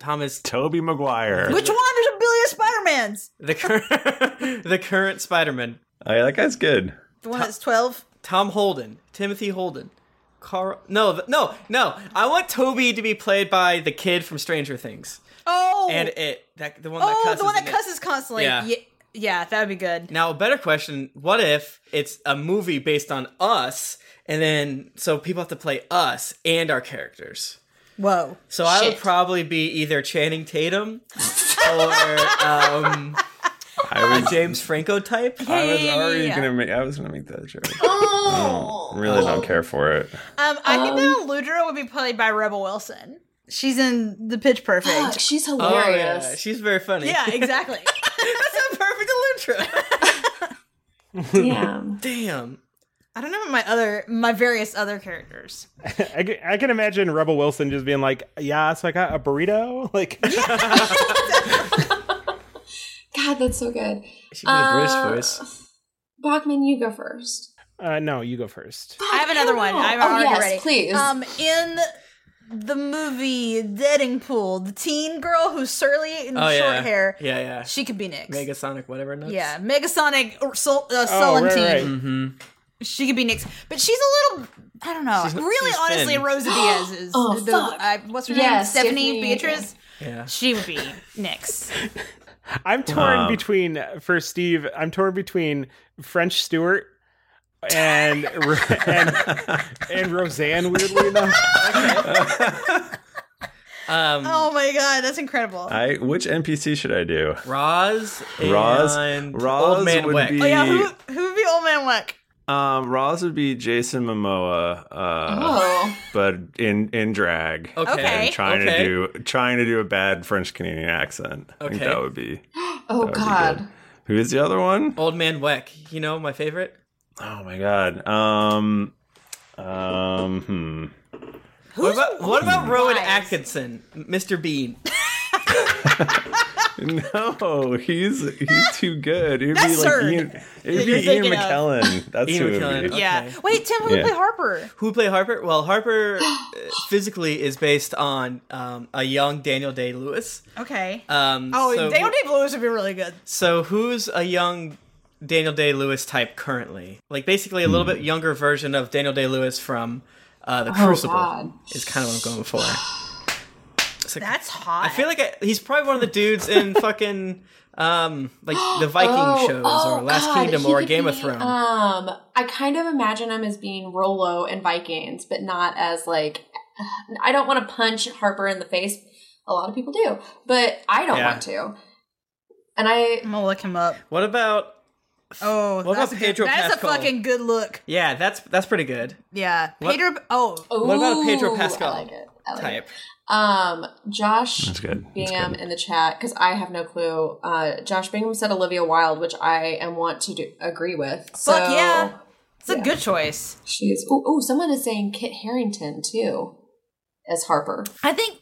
S2: Thomas
S1: Toby Maguire.
S3: Which one? There's a billion Spider-Mans.
S2: The current the current Spider Man.
S1: Oh, yeah, that guy's good.
S3: The one that's 12?
S2: Tom Holden. Timothy Holden. Carl No, th- no, no. I want Toby to be played by the kid from Stranger Things.
S3: Oh!
S2: And it. That the one that
S3: oh,
S2: cusses.
S3: the one that
S2: and it.
S3: cusses constantly.
S2: Yeah.
S3: Yeah. yeah, that would be good.
S2: Now, a better question: What if it's a movie based on us, and then so people have to play us and our characters?
S3: Whoa.
S2: So I would probably be either Channing Tatum or um,
S1: I
S2: a James Franco type.
S1: I was already gonna make. I was gonna make that joke.
S2: Oh.
S1: I don't- really don't care for it.
S3: Um, I think that Eludra would be played by Rebel Wilson. She's in the Pitch Perfect.
S4: she's
S2: Oh, yeah. She's very funny.
S3: Yeah, exactly. That's
S2: a perfect
S4: Elutra. Damn.
S2: Damn.
S3: I don't know my other my various other characters.
S5: I, can- I can imagine Rebel Wilson just being like, "Yeah, so I got a burrito." Like,
S4: God, that's so good. Uh,
S5: She did a British
S2: voice.
S4: Bachman, you go first.
S5: uh, no, you go first.
S3: I have another one. I'm
S4: Oh,
S3: already
S4: yes,
S3: ready.
S4: please.
S3: Um, in the movie Deadingpool, the teen girl who's surly and
S2: Oh,
S3: short
S2: yeah.
S3: hair.
S2: Yeah, yeah.
S3: She could be Nyx.
S2: Megasonic, whatever. Nuts.
S3: yeah, Megasonic or Sol- uh,
S5: Oh,
S3: sullen teen.
S5: Mm-hmm.
S2: Mhm.
S3: She could be Nyx, but she's a little. I don't know.
S2: She's-
S3: really,
S2: she's
S3: honestly,
S2: thin.
S3: Rosa Diaz is.
S4: Oh,
S3: the-
S4: fuck.
S3: uh, what's her name?
S4: Yes,
S3: Stephanie
S4: Stephanie,
S3: Beatrice.
S2: Yeah.
S3: She would be Nyx.
S5: I'm torn
S1: Um,
S5: between for Steve. I'm torn between French Stewart and and, and Roseanne. Weirdly enough,
S2: Um,
S3: oh my god, that's incredible.
S1: I which NPC should I do?
S2: Roz.
S1: Roz.
S2: and
S1: Roz
S2: Old Man
S1: would
S2: Wick.
S1: be.
S3: oh yeah, who who would be Old Man Weck?
S1: Um, Roz would be Jason Momoa, uh,
S3: Oh.
S1: but in in drag.
S2: Okay.
S1: and trying
S2: Okay.
S1: to do trying to do a bad French Canadian accent. I think
S2: Okay.
S1: that would be.
S4: Oh
S1: be
S4: God.
S1: Who is the other one?
S2: Old Man Weck. You know my favorite.
S1: Oh my god. Um, um, hmm.
S2: What about, what about Rowan Atkinson, Mr. Bean?
S1: hmm. No, he's he's too good. It'd
S2: That's
S1: be like
S2: Cern
S1: Ian,
S2: that
S1: it'd be
S2: you're
S1: Ian
S2: thinking of.
S1: McKellen. That's
S2: Ian
S1: who it
S2: McKellen,
S1: would be.
S2: okay.
S3: Yeah. Wait, Tim, who would
S1: Yeah.
S3: play Harper?
S2: Who played Harper? Well, Harper uh, physically is based on um, a young Daniel Day Lewis.
S3: Okay.
S2: Um,
S3: oh,
S2: so,
S3: Daniel Day Lewis would be really good.
S2: So who's a young Daniel Day Lewis type currently? Like basically a little bit younger version of Daniel Day Lewis from uh, The
S4: Oh,
S2: Crucible
S4: God.
S2: is kind of what I'm going for.
S3: That's hot.
S2: I feel like I, he's probably one of the dudes in fucking um, like the Viking
S4: Oh,
S2: shows
S4: oh,
S2: or Last
S4: God,
S2: Kingdom
S4: he
S2: or
S4: could
S2: Game of
S4: be,
S2: Thrones.
S4: Um, I kind of imagine him as being Rolo and Vikings, but not as like. I don't want to punch Harper in the face. A lot of people do, but I don't
S2: Yeah.
S4: want to. And I,
S3: I'm gonna look him up.
S2: what about
S3: Oh,
S2: what
S3: that's
S2: about
S3: a good-
S2: Pedro
S3: That's a
S2: Pascal?
S3: fucking good look.
S2: Yeah, that's that's pretty good.
S3: Yeah,
S2: What-
S3: Pedro. Oh,
S2: What about a
S4: Ooh,
S2: Pedro
S4: I
S2: Pascal
S4: like it. I like
S2: type?
S4: um, Josh
S1: That's good. That's
S4: Bingham
S1: good.
S4: in the chat because I have no clue. Uh, Josh Bingham said Olivia Wilde, which I am want to do- agree with. So
S3: Fuck yeah. it's a good choice.
S4: she's. Oh, oh, someone is saying Kit Harrington too as Harper.
S3: I think.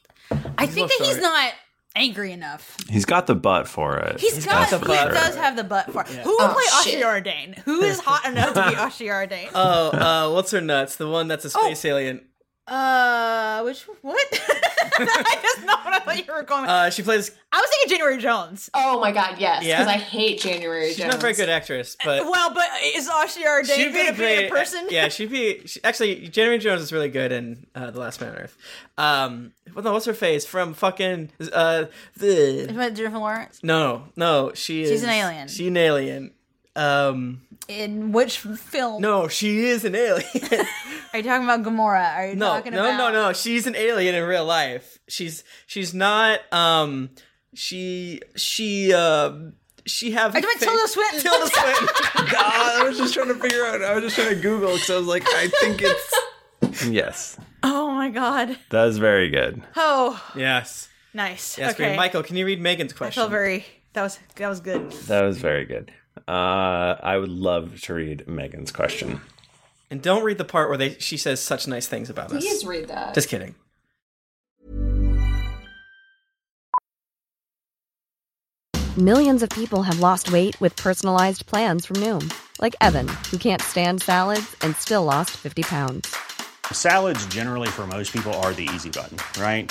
S3: I think that he's not angry enough.
S1: He's got the butt for it.
S3: He's got.
S1: That's
S3: He
S1: for sure.
S3: does have the butt for. it. Who would
S4: Oh,
S3: play
S4: shit.
S3: Ashi Ardain? Who is hot enough to be Ashi Ardain?
S2: Oh, uh, what's her nuts? The one that's
S4: Oh.
S2: a space alien.
S3: Uh, which what? I just not what I thought you were going.
S2: Uh, she plays.
S3: I was thinking January Jones.
S4: Oh my god, yes.
S2: Yeah?
S4: Because I hate January
S2: She's
S4: Jones.
S2: not a very good actress, but
S3: well, but is Ashi Ardain going to be a person?
S2: uh, Yeah, she'd be. She, actually, Jeremy Jones is really good in uh, The Last Man on Earth. Um, well, no, what's her face from fucking uh the?
S3: But Jennifer Lawrence
S2: No, no, she is.
S3: She's an alien.
S2: She's an alien. Um,
S3: in which film?
S2: no, she is an alien.
S3: Are you talking about Gamora? Are you
S2: no,
S3: talking
S2: no,
S3: about
S2: no, no. She's an alien in real life. She's she's not. Um, she she um she have
S3: I meant Tilda Swinton.
S2: Tilda Swinton.
S1: God, I was just trying to figure out. I was just trying to Google because I was like, I think it's yes.
S3: Oh my god.
S1: That is very good.
S3: Oh,
S2: Yes.
S3: nice.
S2: Yes,
S3: okay.
S2: great. Michael, can you read Megan's
S3: I
S2: question?
S3: felt very. That was that was good.
S1: That was very good. Uh, I would love to read Megan's question.
S2: and don't read the part where they she says such nice things about us.
S10: Please read that.
S2: Just kidding.
S11: Millions of people have lost weight with personalized plans from Noom, like Evan, who can't stand salads and still lost 50 pounds.
S12: Salads, generally, for most people, are the easy button, right?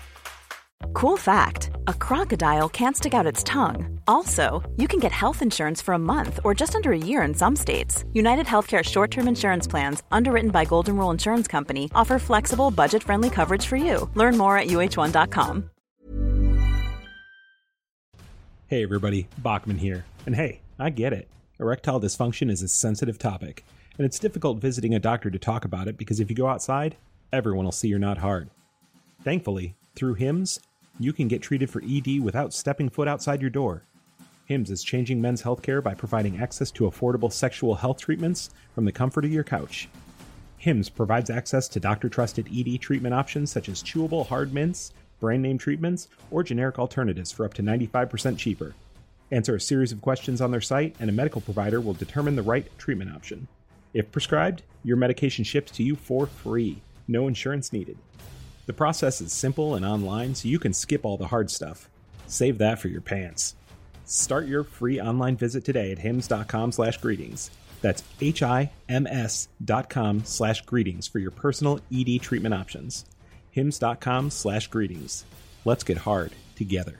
S13: Cool fact a crocodile can't stick out its tongue. Also, you can get health insurance for a month or just under a year in some states. United Healthcare short term insurance plans, underwritten by Golden Rule Insurance Company, offer flexible, budget friendly coverage for you. Learn more at uh1.com.
S5: Hey, everybody, Bachman here. And hey, I get it. Erectile dysfunction is a sensitive topic, and it's difficult visiting a doctor to talk about it because if you go outside, everyone will see you're not hard. Thankfully, through HIMS, you can get treated for ED without stepping foot outside your door. HIMS is changing men's healthcare by providing access to affordable sexual health treatments from the comfort of your couch. HIMS provides access to doctor trusted ED treatment options such as chewable hard mints, brand name treatments, or generic alternatives for up to 95% cheaper. Answer a series of questions on their site, and a medical provider will determine the right treatment option. If prescribed, your medication ships to you for free, no insurance needed. The process is simple and online, so you can skip all the hard stuff. Save that for your pants. Start your free online visit today at hims.com slash greetings. That's H-I-M-S dot com slash greetings for your personal ED treatment options. hims.com slash greetings. Let's get hard together.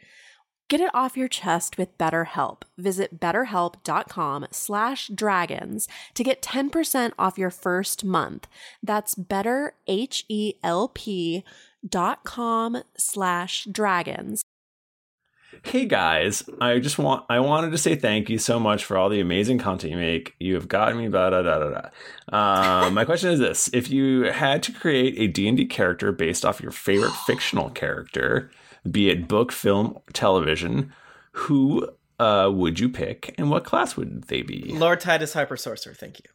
S4: Get it off your chest with BetterHelp. Visit betterhelp.com slash dragons to get 10% off your first month. That's betterhelp.com slash dragons.
S1: Hey guys, I just want I wanted to say thank you so much for all the amazing content you make. You have gotten me blah, da da da da. Uh, my question is this: If you had to create a D and D character based off your favorite fictional character, be it book, film, television, who uh, would you pick, and what class would they be?
S2: Lord Titus Hyper Sorcerer, thank you.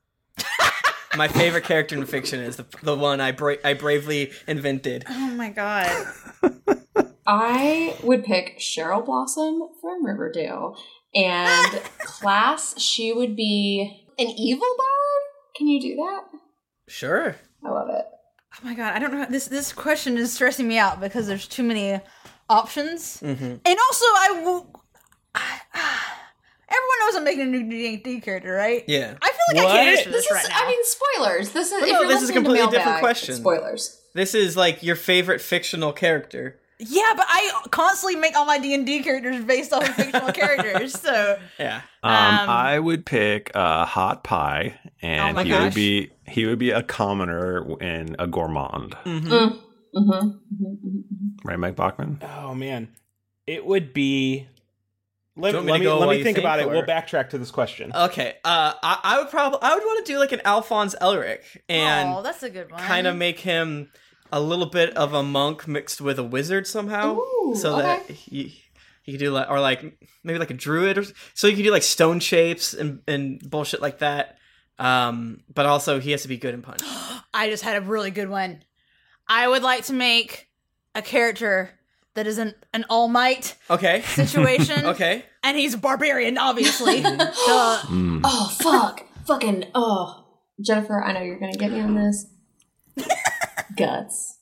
S2: My favorite character in fiction is the, the one I bra- I bravely invented.
S3: Oh my god.
S10: I would pick Cheryl Blossom from Riverdale, and class she would be an evil bard. Can you do that?
S2: Sure.
S10: I love it.
S3: Oh my god. I don't know. How, this this question is stressing me out because there's too many options.
S2: Mm-hmm.
S3: And also, I will. ah, Everyone knows I'm making a new D&D character, right?
S2: Yeah.
S3: I feel like I can't answer
S10: This
S3: this,
S10: is.
S3: right now.
S10: I mean, spoilers. This is.
S2: Well,
S10: if
S2: no,
S10: you're
S2: this is
S10: listening
S2: a
S10: to
S2: completely different
S10: Mailbag,
S2: question.
S10: Spoilers.
S2: This is like your favorite fictional character.
S3: Yeah, but I constantly make all my D and D characters based off of fictional characters. So
S2: Yeah.
S1: Um,
S3: Um,
S1: I would pick uh, Hot Pie,
S3: Oh
S1: and
S3: my
S1: he
S3: gosh. Mm-hmm.
S1: would be he would be a commoner and a gourmand,
S10: Mm. Mhm.
S1: right, Mike Bachman?
S14: Oh man, it would be
S5: Let,
S2: Do you want
S5: let
S2: me to
S5: me, let me,
S2: go while you
S5: think
S2: think,
S5: about it.
S2: or-
S5: We'll backtrack to this question.
S2: Okay, uh, I, I would probably I would want to do like an Alphonse Elric and
S3: oh, that's a good one.
S2: kind of make him a little bit of a monk mixed with a wizard somehow, so that he he could do like or like maybe like a druid or s- so you could do like stone shapes and and bullshit like that. Um, but also he has to be good in punch.
S3: I just had a really good one. I would like to make a character that is an, an all might,
S2: Okay.
S3: Situation.
S2: okay.
S3: and he's a barbarian, obviously. Duh.
S4: Oh fuck! Fucking oh, Jennifer, I know you're gonna get me on this. Guts.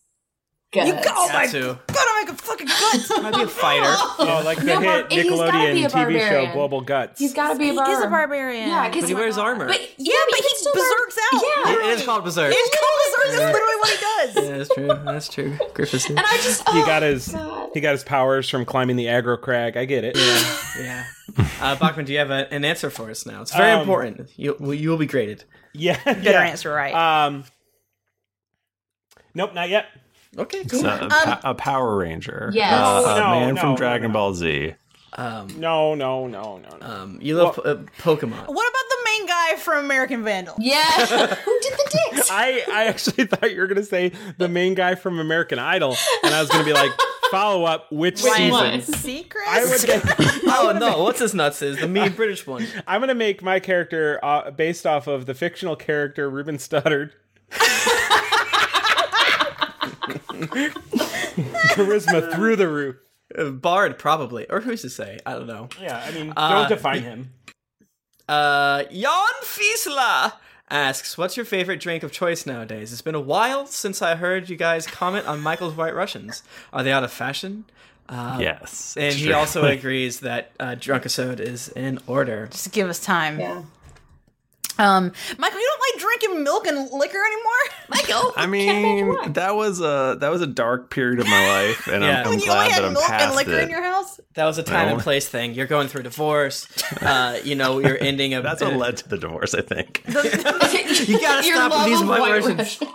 S4: Guts.
S3: You go, oh my
S2: to.
S3: gotta make a fucking gut.
S2: Gotta be a fighter.
S5: Oh, like the
S4: No,
S5: hit
S4: but he's gotta
S5: Nickelodeon
S4: be a
S5: TV show
S4: barbarian.
S5: Global Guts.
S4: He's got to be a
S3: He is a
S4: barbarian.
S3: barbarian.
S4: Yeah, 'cause-
S2: But he wears armor.
S4: But-
S3: yeah, but he berserks out.
S4: Yeah.
S2: It- it is called berserk.
S3: It's called berserk.
S2: Yeah.
S3: That's literally what he does.
S2: yeah, that's true. That's true. Griffiths. And
S4: I just
S5: he got his he got his powers from climbing the aggro crag. I get it.
S2: Yeah. Uh, Bachman, do you have a, an answer for us now? It's very
S5: Um,
S2: important. You well, you will be graded.
S5: Yeah. Better
S3: answer right.
S5: Um. Nope, not yet.
S2: Okay.
S1: It's not a, pa- a Power Ranger.
S5: Yes.
S1: Uh, a
S5: No,
S1: man
S5: no,
S1: from
S5: no,
S1: Dragon Ball Z.
S2: Um,
S5: no, no, no, no, no.
S2: Um, you love uh, Pokemon.
S3: What about the main guy from American Vandal?
S4: Yeah. Who did the dicks?
S5: I, I actually thought you were gonna say the main guy from American Idol, and I was gonna be like, follow up which
S3: Ryan
S5: season?
S3: Seacrest?
S5: I would
S2: oh no! What's his nuts is the mean British one.
S5: I'm gonna make my character uh, based off of the fictional character Ruben Studdard. Charisma through the roof.
S2: Uh, Bard probably, or who's to say? I don't know.
S5: Yeah, I mean,
S2: Uh,
S5: don't define him.
S2: Uh, Jan Fiesla asks, "What's your favorite drink of choice nowadays? It's been a while since I heard you guys comment on Michael's White Russians. Are they out of fashion?" Uh,
S1: Yes,
S2: and he
S1: true.
S2: also agrees that uh, Drunkasode is in order.
S3: Just give us time. Um, Michael, you don't like drinking milk and liquor anymore? Michael?
S1: I mean, that was a that was a dark period of my life, and
S2: Yeah.
S1: I'm,
S2: When
S1: I'm
S2: you
S1: glad
S2: only had
S1: that I'm
S2: milk and
S1: past
S2: liquor
S1: it.
S2: in
S3: in your house?
S2: That was a time and
S1: Well.
S2: place thing. You're going through a divorce. Uh, you know, you're ending a. That's
S1: what led to the divorce, I think.
S2: you gotta
S3: Your
S2: stop with
S3: love
S2: these
S3: of
S2: white
S3: White
S2: Russians.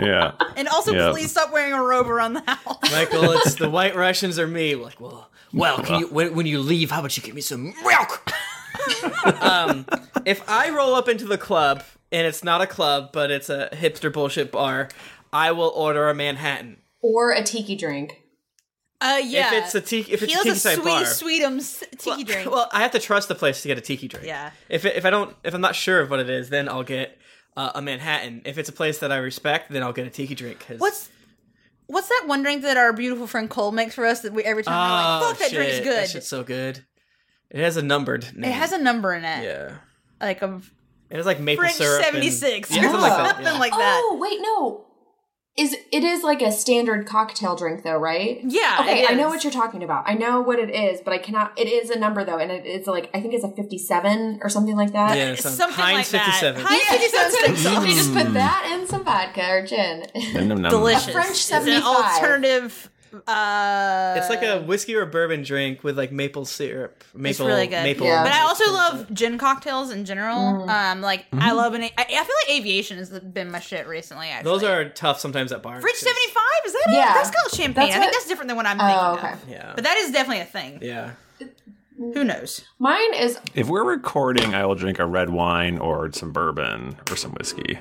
S1: Yeah.
S3: And also,
S1: Yeah.
S3: please stop wearing a robe around the house.
S2: Michael, it's the white Russians or me. Like, well, well, can you when, when you leave, how about you give me some milk? um, if I roll up into the club and it's not a club, but it's a hipster bullshit bar, I will order a Manhattan.
S4: Or a tiki drink.
S3: Uh, yeah.
S2: If it's a tiki, if it's
S3: he
S2: a
S3: has
S2: tiki
S3: a
S2: side
S3: sweet,
S2: bar,
S3: sweetums tiki drink.
S2: well, I have to trust the place to get a tiki drink.
S3: yeah.
S2: If it, if I don't if I'm not sure of what it is, then I'll get uh, a Manhattan. If it's a place that I respect, then I'll get a tiki drink. 'cause-
S3: What's what's that one drink that our beautiful friend Cole makes for us that we every time we're like, fuck, that drink's
S2: Oh, shit,
S3: good.
S2: That shit's so good. It has a numbered name.
S3: It has a number in it.
S2: yeah.
S3: Like a
S2: It has like maple
S3: French
S2: syrup. and-
S3: 76
S2: yeah, something like that.
S3: something
S2: yeah.
S3: like that.
S4: Oh wait, no. Is it is like a standard cocktail drink though, right?
S3: Yeah,
S4: Okay,
S3: it
S4: I know
S3: is.
S4: what you're talking about. I know what it is, but I cannot. It is a number though, and it, it's like I think it's a 57 or something like that.
S2: Yeah, some- Something Heinz like that. 57.
S3: Heinz 57
S4: that's what it-
S3: stinks.
S4: They just
S2: Mm.
S4: put that and some vodka or gin.
S1: nom.
S3: delicious.
S4: A French
S3: It's an
S4: 75.
S3: alternative. Uh,
S2: It's like a whiskey or bourbon drink with like maple syrup. Maple,
S3: it's really good.
S2: Maple.
S3: But I also love gin cocktails in general.
S4: Mm.
S3: Um, like I
S2: Mhm.
S3: love an. I, I feel like aviation has been my shit recently. Actually,
S2: Those are tough sometimes at bars.
S3: French seventy five is that it?
S4: Yeah.
S3: That's called champagne.
S4: That's
S3: I think
S4: what-
S3: that's different than what I'm thinking
S4: Oh,
S3: of.
S4: okay.
S2: Yeah.
S3: But that is definitely a thing.
S2: Yeah.
S3: Who knows?
S4: Mine is
S1: If we're recording, I will drink a red wine or some bourbon or some whiskey.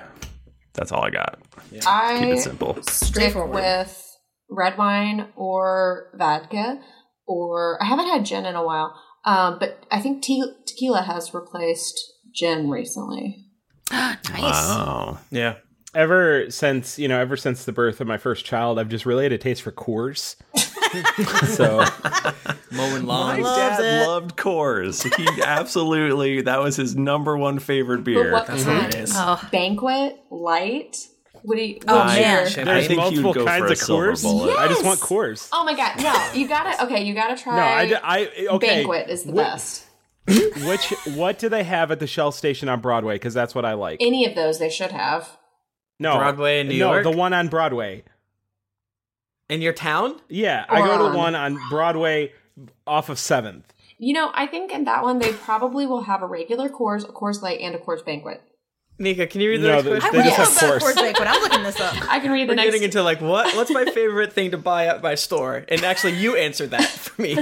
S1: That's all I got. Keep
S4: I
S1: it simple.
S4: stick with red wine or vodka, or I haven't had gin in a while. Um, but I think te- tequila has replaced gin recently.
S1: Wow.
S2: Yeah.
S5: Ever since you know, ever since the birth of my first child, I've just really had a taste for Coors. so
S2: mowing
S1: My
S2: lawns.
S1: dad loved Coors. He absolutely that was his number one favorite beer.
S4: But what kind? Banquet light. What do you? what's
S1: I-
S4: your-
S1: I
S5: There's
S1: think he
S5: multiple
S1: would go
S5: kinds
S1: for a
S5: of
S1: silver
S5: Coors.
S1: bullet.
S5: I just want Coors.
S4: Oh my god! No, you gotta. Okay, you gotta try.
S5: No, I, d- I- okay.
S4: Banquet is the
S5: Whi-
S4: best.
S5: Which what do they have at the Shell station on Broadway? Because that's what I like.
S4: Any of those they should have.
S5: No
S2: Broadway in New
S5: no,
S2: York?
S5: the one on Broadway.
S2: In your town?
S5: Yeah, I go
S4: Or-
S5: to one on Broadway off of Seventh.
S4: You know, I think in that one they probably will have a regular course, a course light, and a course banquet.
S2: Nika, can you read the
S5: No,
S2: next
S5: they-
S2: question?
S5: they I just have wanna know about
S3: Poor Jake, when I'm looking this up.
S4: I can read
S2: We're getting into like what? What's my favorite thing to buy at my store? And actually, you answered that for me.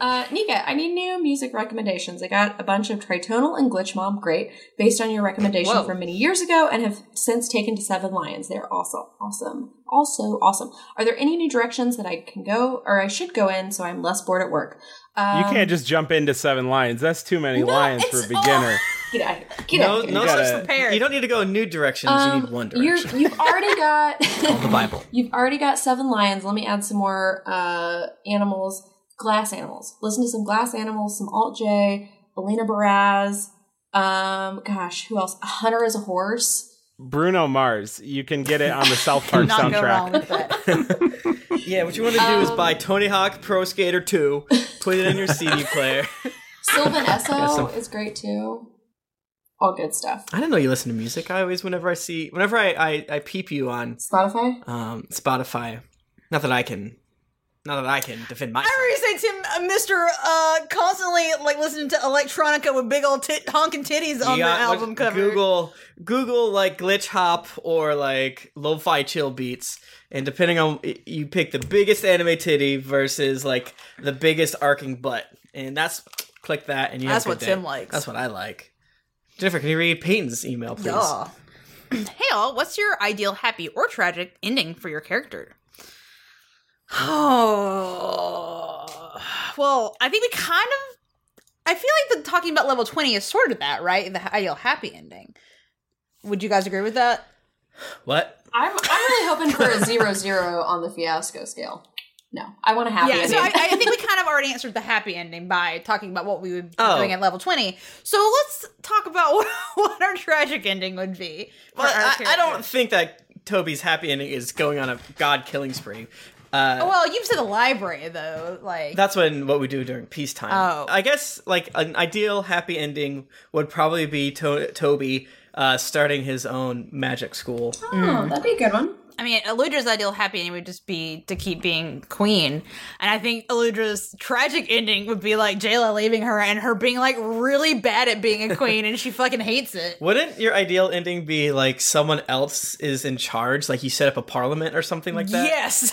S4: Uh, Nika, I need new music recommendations. I got a bunch of Tritonal and Glitch Mob Great based on your recommendation
S3: Whoa.
S4: from many years ago and have since taken to Seven Lions. They're also awesome. Also awesome. Are there any new directions that I can go or I should go in so I'm less bored at work? Um,
S5: you can't just jump into seven lines. That's too many lines for a beginner.
S4: Get out of here. Get out
S2: no,
S4: of here.
S2: no such You don't need to go in new directions. you need
S4: Um,
S2: one
S4: you're-
S2: direction.
S4: You've already got
S2: the Bible.
S4: You've already got seven lions. Let me add some more uh, animals. Glass animals. Listen to some glass animals, some Alt J, Elena Baraz. Um, gosh, who else? Hunter is a horse.
S5: Bruno Mars. You can get it on the South Park
S4: Cannot go
S5: soundtrack.
S4: wrong with that.
S2: Yeah, what you want to do is
S4: Um,
S2: buy Tony Hawk Pro Skater 2, put it in your CD player.
S4: Sylvan
S2: Got some-
S4: Esso is great too. All good stuff.
S2: I didn't know you listen to music. I always, whenever I see, whenever I, I, I peep you on
S4: Spotify,
S2: um, Spotify, not that I can, not that I can defend myself.
S3: I already say Tim, uh, Mister, uh, constantly like listening to electronica with big old tit- honking titties on
S2: You
S3: the
S2: got- what-
S3: album cover.
S2: Google Google like glitch hop or like lo-fi chill beats, and depending on y- you pick the biggest anime titty versus like the biggest arcing butt, and that's click that and you. have
S3: That's
S2: a good
S3: what
S2: day.
S3: Tim likes.
S2: That's what I like. Jennifer, can you read Peyton's email, please?
S3: Yeah. hey all, what's your ideal happy or tragic ending for your character? Oh, well, I think we kind of. I feel like the talking about level twenty is sort of that, right? The ideal happy ending. Would you guys agree with that?
S2: What?
S4: I'm I'm really hoping for a zero zero on the fiasco scale. No, I want a happy
S3: yeah, so
S4: ending.
S3: I, I think we kind of already answered the happy ending by talking about what we would be
S4: Oh.
S3: doing at level 20. So let's talk about what, what our tragic ending would be. for
S2: Well,
S3: our
S2: I, I
S3: character.
S2: don't think that Toby's happy ending is going on a god killing spree. Uh,
S3: well, you've said a library, though. Like,
S2: That's when what we do during peacetime.
S3: Oh.
S2: I guess like an ideal happy ending would probably be to- Toby uh, starting his own magic school.
S4: Oh,
S2: Hmm.
S4: that'd be a good one.
S3: I mean, Eludra's ideal happy ending would just be to keep being queen. And I think Eludra's tragic ending would be like Jayla leaving her and her being like really bad at being a queen and she fucking hates it.
S2: Wouldn't your ideal ending be like someone else is in charge, like you set up a parliament or something like that?
S3: Yes.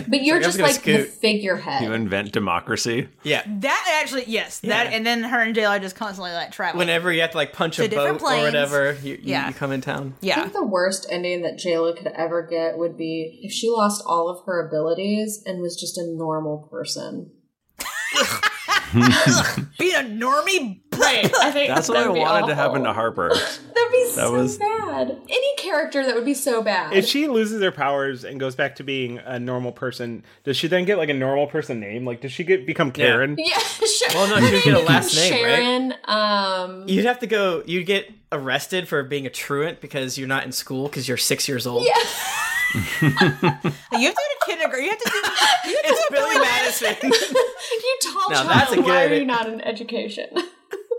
S4: but you're
S2: Sorry, I was
S4: just
S2: gonna
S4: like the
S2: scoot.
S4: figurehead.
S1: You invent democracy.
S2: Yeah.
S3: That actually, yes. That and then her and Jayla just constantly like traveling.
S2: Whenever you have to like punch
S3: To
S2: a
S3: different
S2: boat or whatever,
S3: planes.
S2: you, you,
S3: Yeah.
S2: you come in town.
S3: Yeah.
S4: I think the worst ending that Jayla could ever get would be if she lost all of her abilities and was just a normal person.
S3: Be a normie.
S4: Right. I think
S1: That's what I
S4: that'd be
S1: wanted
S4: awful.
S1: to happen to Harper.
S4: That'd be
S1: That
S4: so
S1: was-
S4: bad. Any character that would be so bad.
S5: If she loses her powers and goes back to being a normal person, does she then get like a normal person name? Like, does she get become Karen?
S4: yeah, sure.
S2: Well, no, she would get a last name, right?
S4: Sharon, um,
S2: You'd have to go. You'd get arrested for being a truant because you're not in school because you're six years old.
S4: Yeah.
S3: you have to do a kindergarten. You have to do. You have to
S2: It's
S3: do a
S2: Billy Madison.
S4: you tall
S2: Now,
S4: child.
S2: that's a
S4: Why
S2: good-
S4: are you not in education?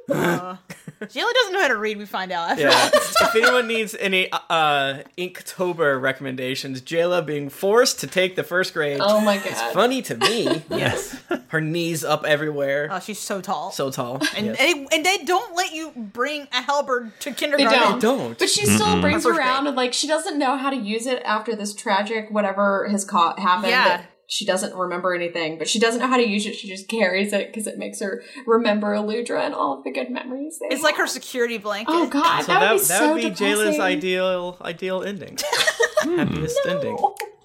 S3: Jayla doesn't know how to read. We find out. After
S2: Yeah. if anyone needs any uh Inktober recommendations, Jayla being forced to take the first grade.
S4: Oh my
S2: It's
S4: God.
S2: funny to me. yes. Her knees up everywhere. Oh,
S3: she's so tall.
S2: So tall.
S3: And
S2: yes.
S3: they and they don't let you bring a halberd to
S4: They
S3: kindergarten.
S4: don't.
S2: don't.
S4: But she still
S2: Mm-mm.
S4: brings
S3: Her
S4: her
S3: first
S4: around and like she doesn't know how to use it after this tragic whatever has caught happened.
S3: Yeah.
S4: that She doesn't remember anything, but she doesn't know how to use it. She just carries it because it makes her remember Eludra and all of the good memories. They
S3: It's like her security blanket.
S4: Oh, God, that would be so
S2: would be Jayla's
S4: depressing.
S2: ideal ideal ending. Happiest ending.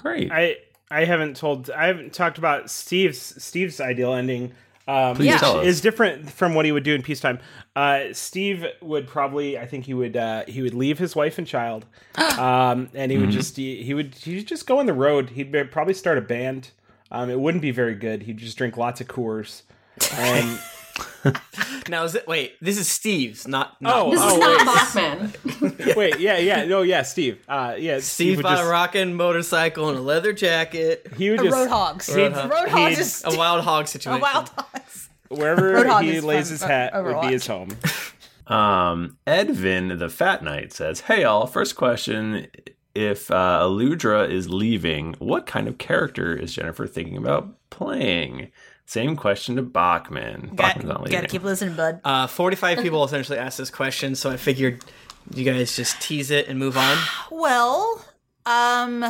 S1: Great.
S5: I I haven't told. I haven't talked about Steve's Steve's ideal ending. Um,
S1: Please
S5: which
S1: tell us.
S5: is different from what he would do in peacetime. Uh, Steve would probably, I think he would, uh, he would leave his wife and child, um, and he would
S1: Mhm.
S5: just, he, he would, he would just go on the road. He'd be- probably start a band. Um, it wouldn't be very good. He'd just drink lots of Coors. Um,
S2: Now is it wait, this is Steve's, not,
S5: Oh, This is oh,
S4: not
S5: wait.
S4: Bachman.
S5: Wait, yeah, yeah, no, yeah, Steve. Uh, yeah,
S2: Steve
S5: would
S2: on
S5: just-
S2: a rockin' motorcycle and a leather jacket.
S5: He would A just- roadhog.
S2: He'd-
S5: Roadhog. Roadhog He'd- is-
S2: a wild hog situation.
S3: wild
S5: wherever
S3: Roadhog
S5: he
S3: is
S5: lays
S3: from
S5: his hat would
S3: Overwatch.
S5: be his home.
S1: Um, Edvin the Fat Knight says, "Hey y'all, first question: If uh, Aludra is leaving, what kind of character is Jennifer thinking about playing? Same question to Bachman. Bachman's not leaving.
S3: Gotta keep listening, bud.
S2: Uh, 45 people essentially asked this question, so I figured you guys just tease it and move on.
S3: Well, um,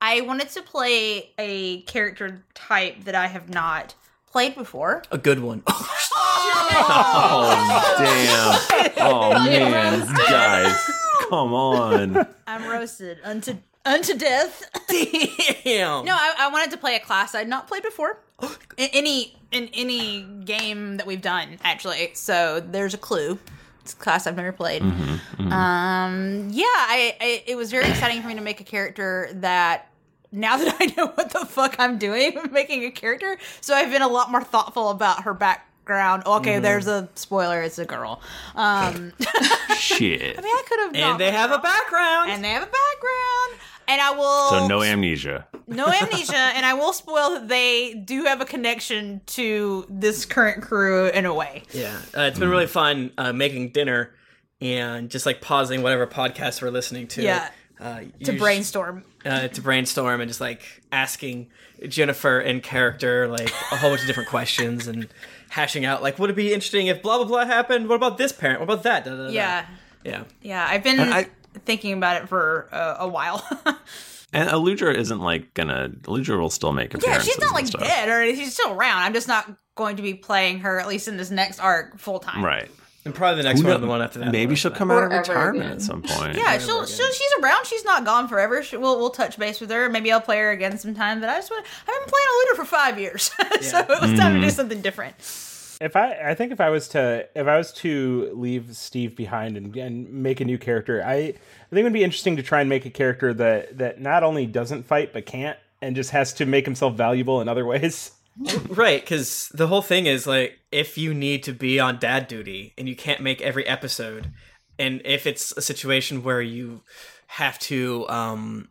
S3: I wanted to play a character type that I have not played before.
S2: A good one.
S1: Oh, damn. Oh, man. Guys, come on.
S3: I'm roasted unto unto death.
S2: Damn.
S3: No, I, I wanted to play a class I'd not played before. In any in any game that we've done, actually. So there's a clue. It's a class I've never played.
S2: Mm-hmm,
S3: Um, yeah, I, I it was very exciting for me to make a character that now that I know what the fuck I'm doing, making a character, so I've been a lot more thoughtful about her background. Oh, Okay,
S2: Mhm.
S3: there's a spoiler. It's a girl. Um,
S1: Shit.
S3: I mean, I could have.
S2: And they have a background.
S3: And they have a background. And I will.
S1: So, no amnesia.
S3: no amnesia, and I will spoil that they do have a connection to this current crew in a way.
S2: Yeah, uh, it's been really fun uh, making dinner and just like pausing whatever podcast we're listening to.
S3: Yeah.
S2: Uh,
S3: To
S2: you-
S3: brainstorm.
S2: Uh, to brainstorm and just like asking Jennifer in character like a whole bunch of different questions and hashing out like would it be interesting if blah blah blah happened? What about this parent? What about that? Da, da, da, da.
S3: Yeah,
S2: yeah.
S3: yeah. I've been
S1: And I-
S3: thinking about it for uh, a while.
S1: And Aludra isn't like gonna. Aludra will still make
S3: yeah,
S1: appearances.
S3: she's not
S1: and
S3: like
S1: stuff.
S3: dead or anything. She's still around. I'm just not going to be playing her at least in this next arc full time.
S1: Right.
S2: And probably the next one, the one after that.
S1: Maybe she'll come out of
S3: Forever
S1: retirement
S3: again.
S1: at some point.
S3: Yeah, she'll, she'll she's around. She's not gone forever. She, we'll we'll touch base with her. Maybe I'll play her again sometime. But I just want I've been playing Aludra for five years, so it was time to do
S1: Mm.
S5: Mhm.
S3: something different.
S5: If I, I think if I was to, if I was to leave Steve behind and, and make a new character, I, I think it would be interesting to try and make a character that that not only doesn't fight but can't, and just has to make himself valuable in other ways.
S2: Right, because the whole thing is like if you need to be on dad duty and you can't make every episode, and if it's a situation where you have to um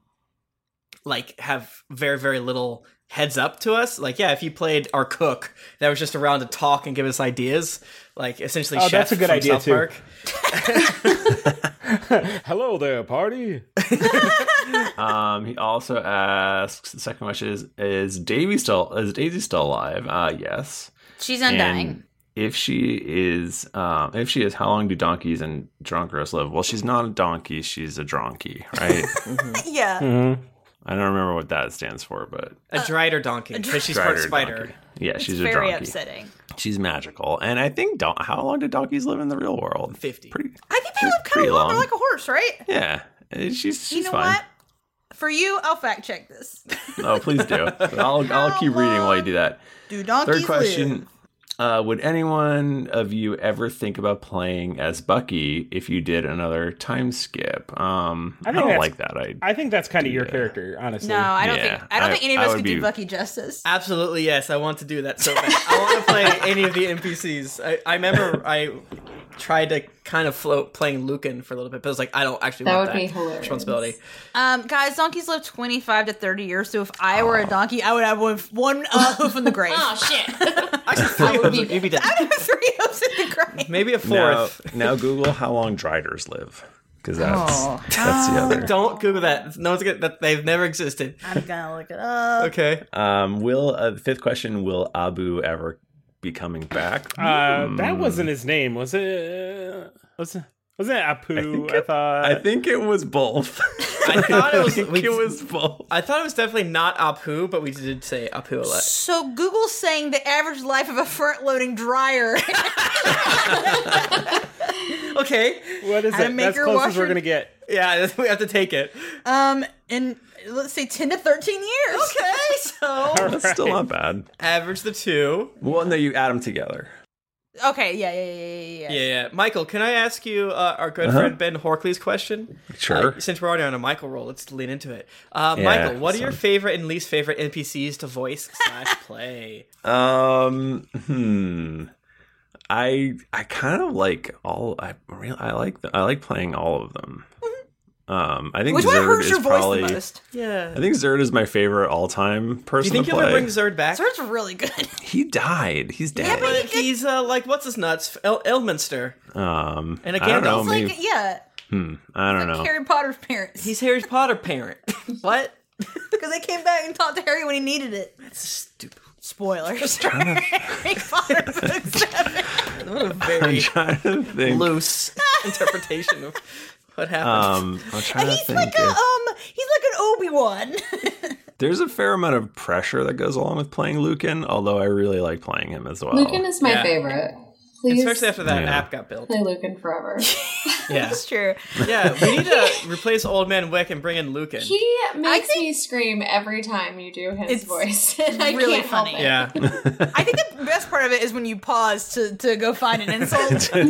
S2: like have very very little heads up to us, like yeah, if you played our cook that was just around to talk and give us ideas, like essentially
S5: Oh,
S2: chef
S5: that's a good
S2: from
S5: idea,
S2: South
S5: too.
S2: Park.
S5: Hello there, party.
S1: um, he also asks. The second question is: Is Davy still? Is Daisy still alive? Uh, yes.
S3: She's
S1: And
S3: undying.
S1: if she is, um, if she is, how long do donkeys and drunk girls live? Well, she's not a donkey. She's a donkey, right?
S3: yeah.
S1: I don't remember what that stands for, but
S2: A drider donkey, because she's part
S1: Drider
S2: spider.
S1: donkey. Yeah,
S3: It's
S1: she's a
S3: very
S1: donkey.
S3: upsetting.
S1: She's magical, and I think don- how long do donkeys live in the real world?
S2: Fifty.
S1: Pretty.
S3: I think they live kind
S1: pretty
S3: of long. They're
S1: long.
S3: like a horse, right?
S1: Yeah, and she's she's
S3: you know
S1: fine.
S3: what? For you, I'll fact check this.
S1: Oh, please do. I'll I'll keep reading while you do that.
S3: Do donkeys
S1: Third question: uh, Would anyone of you ever think about playing as Bucky if you did another time skip? Um,
S5: I
S1: I,
S5: think
S1: don't
S5: that's-
S1: like that. I
S5: I think that's kind of your character, honestly.
S3: No, I don't
S1: Yeah,
S3: think I don't
S1: I-
S3: think any of
S1: I
S3: us
S1: would
S3: could
S1: be-
S3: do Bucky justice.
S2: Absolutely, yes. I want to do that so bad. I want to play any of the NPCs. I, I remember I tried to kind of float playing Lucan for a little bit, but I was like, I don't actually
S3: That
S2: want
S3: would be
S2: that
S3: hilarious.
S2: responsibility.
S3: Um, guys, donkeys live twenty five to thirty years. So if I were a donkey, I would have one, one uh, hoof in the grave. oh
S15: shit!
S2: You'd be dead.
S3: three hoofs in the grave.
S2: Maybe a
S1: now,
S2: fourth.
S1: now Google how long driders live because that's
S2: Oh.
S1: that's the other.
S2: Don't Google that. No one's gonna. That, they've never existed.
S3: I'm gonna look it up.
S2: Okay.
S1: Um, will uh, the fifth question? Will Abu ever be coming back?
S5: Uh, That
S1: Hmm.
S5: wasn't his name, was it? Was wasn't it Apu? I, thought.
S1: I think it was both.
S2: I thought it was.
S1: we, it was both.
S2: I thought it was definitely not Apu, but we did say Apu a lot.
S3: So Google's saying the average life of a front loading dryer.
S2: okay.
S5: What
S3: is How to it? make That's your close as we're washer- gonna
S5: get.
S2: Yeah, we have to take it.
S3: um, in let's say ten to thirteen years. Okay, so
S1: That's still not bad.
S2: Average the two.
S1: Well, no, you add them together.
S3: okay, yeah, yeah, yeah, yeah, yeah.
S2: Yeah, yeah. Michael, can I ask you uh, our good
S1: Uh-huh.
S2: friend Ben Horkley's question?
S1: Sure.
S2: Uh, since we're already on a Michael roll, let's lean into it. Uh,
S1: Yeah,
S2: Michael, what are your
S1: son.
S2: favorite and least favorite NPCs to voice slash play?
S1: Um, hmm. I I kind of like all. I really I like the, I like playing all of them.
S2: Mm-hmm.
S1: Um, I think
S2: Which one
S1: Zerd
S2: hurts
S1: is
S2: your voice the
S1: probably.
S2: most? Yeah.
S1: I think Zerd is my favorite all time
S2: Do you
S1: person
S2: think
S1: to
S2: you'll ever
S1: play.
S2: bring Zerd back?
S3: Zerd's really good.
S1: he died. He's
S2: Yeah,
S1: dead.
S2: but he's uh, like what's his nuts? El- Elminster.
S1: um,
S2: And a
S1: I don't know.
S2: Gandalf.
S1: Maybe,
S3: Like, yeah,
S1: hmm, I don't know.
S3: Harry Potter's parents.
S2: He's Harry Potter parent. what?
S3: Because they came back and talked to Harry when he needed it.
S2: That's stupid.
S3: Spoilers. for Harry Potter book seven.
S2: What a
S1: I'm
S2: very
S1: trying to think.
S2: loose interpretation of what happened.
S1: Um, I'm trying to
S3: he's
S1: think.
S3: like a
S1: if-
S3: um, he's like an Obi Wan.
S1: There's a fair amount of pressure that goes along with playing Lucan, although I really like playing him as well.
S4: Lucan is my
S1: Yeah.
S4: favorite. Please
S2: Especially after that
S1: Yeah.
S2: app got built.
S4: play Lucan forever.
S2: Yeah.
S3: true.
S2: yeah, we need to replace Old Man Wick and bring in Lucan.
S4: He makes me scream every time you do his voice. and I
S3: really
S4: can't help
S3: funny.
S4: it.
S2: yeah.
S3: I think the best part of it is when you pause to to go find an insult. That's
S1: Play
S3: my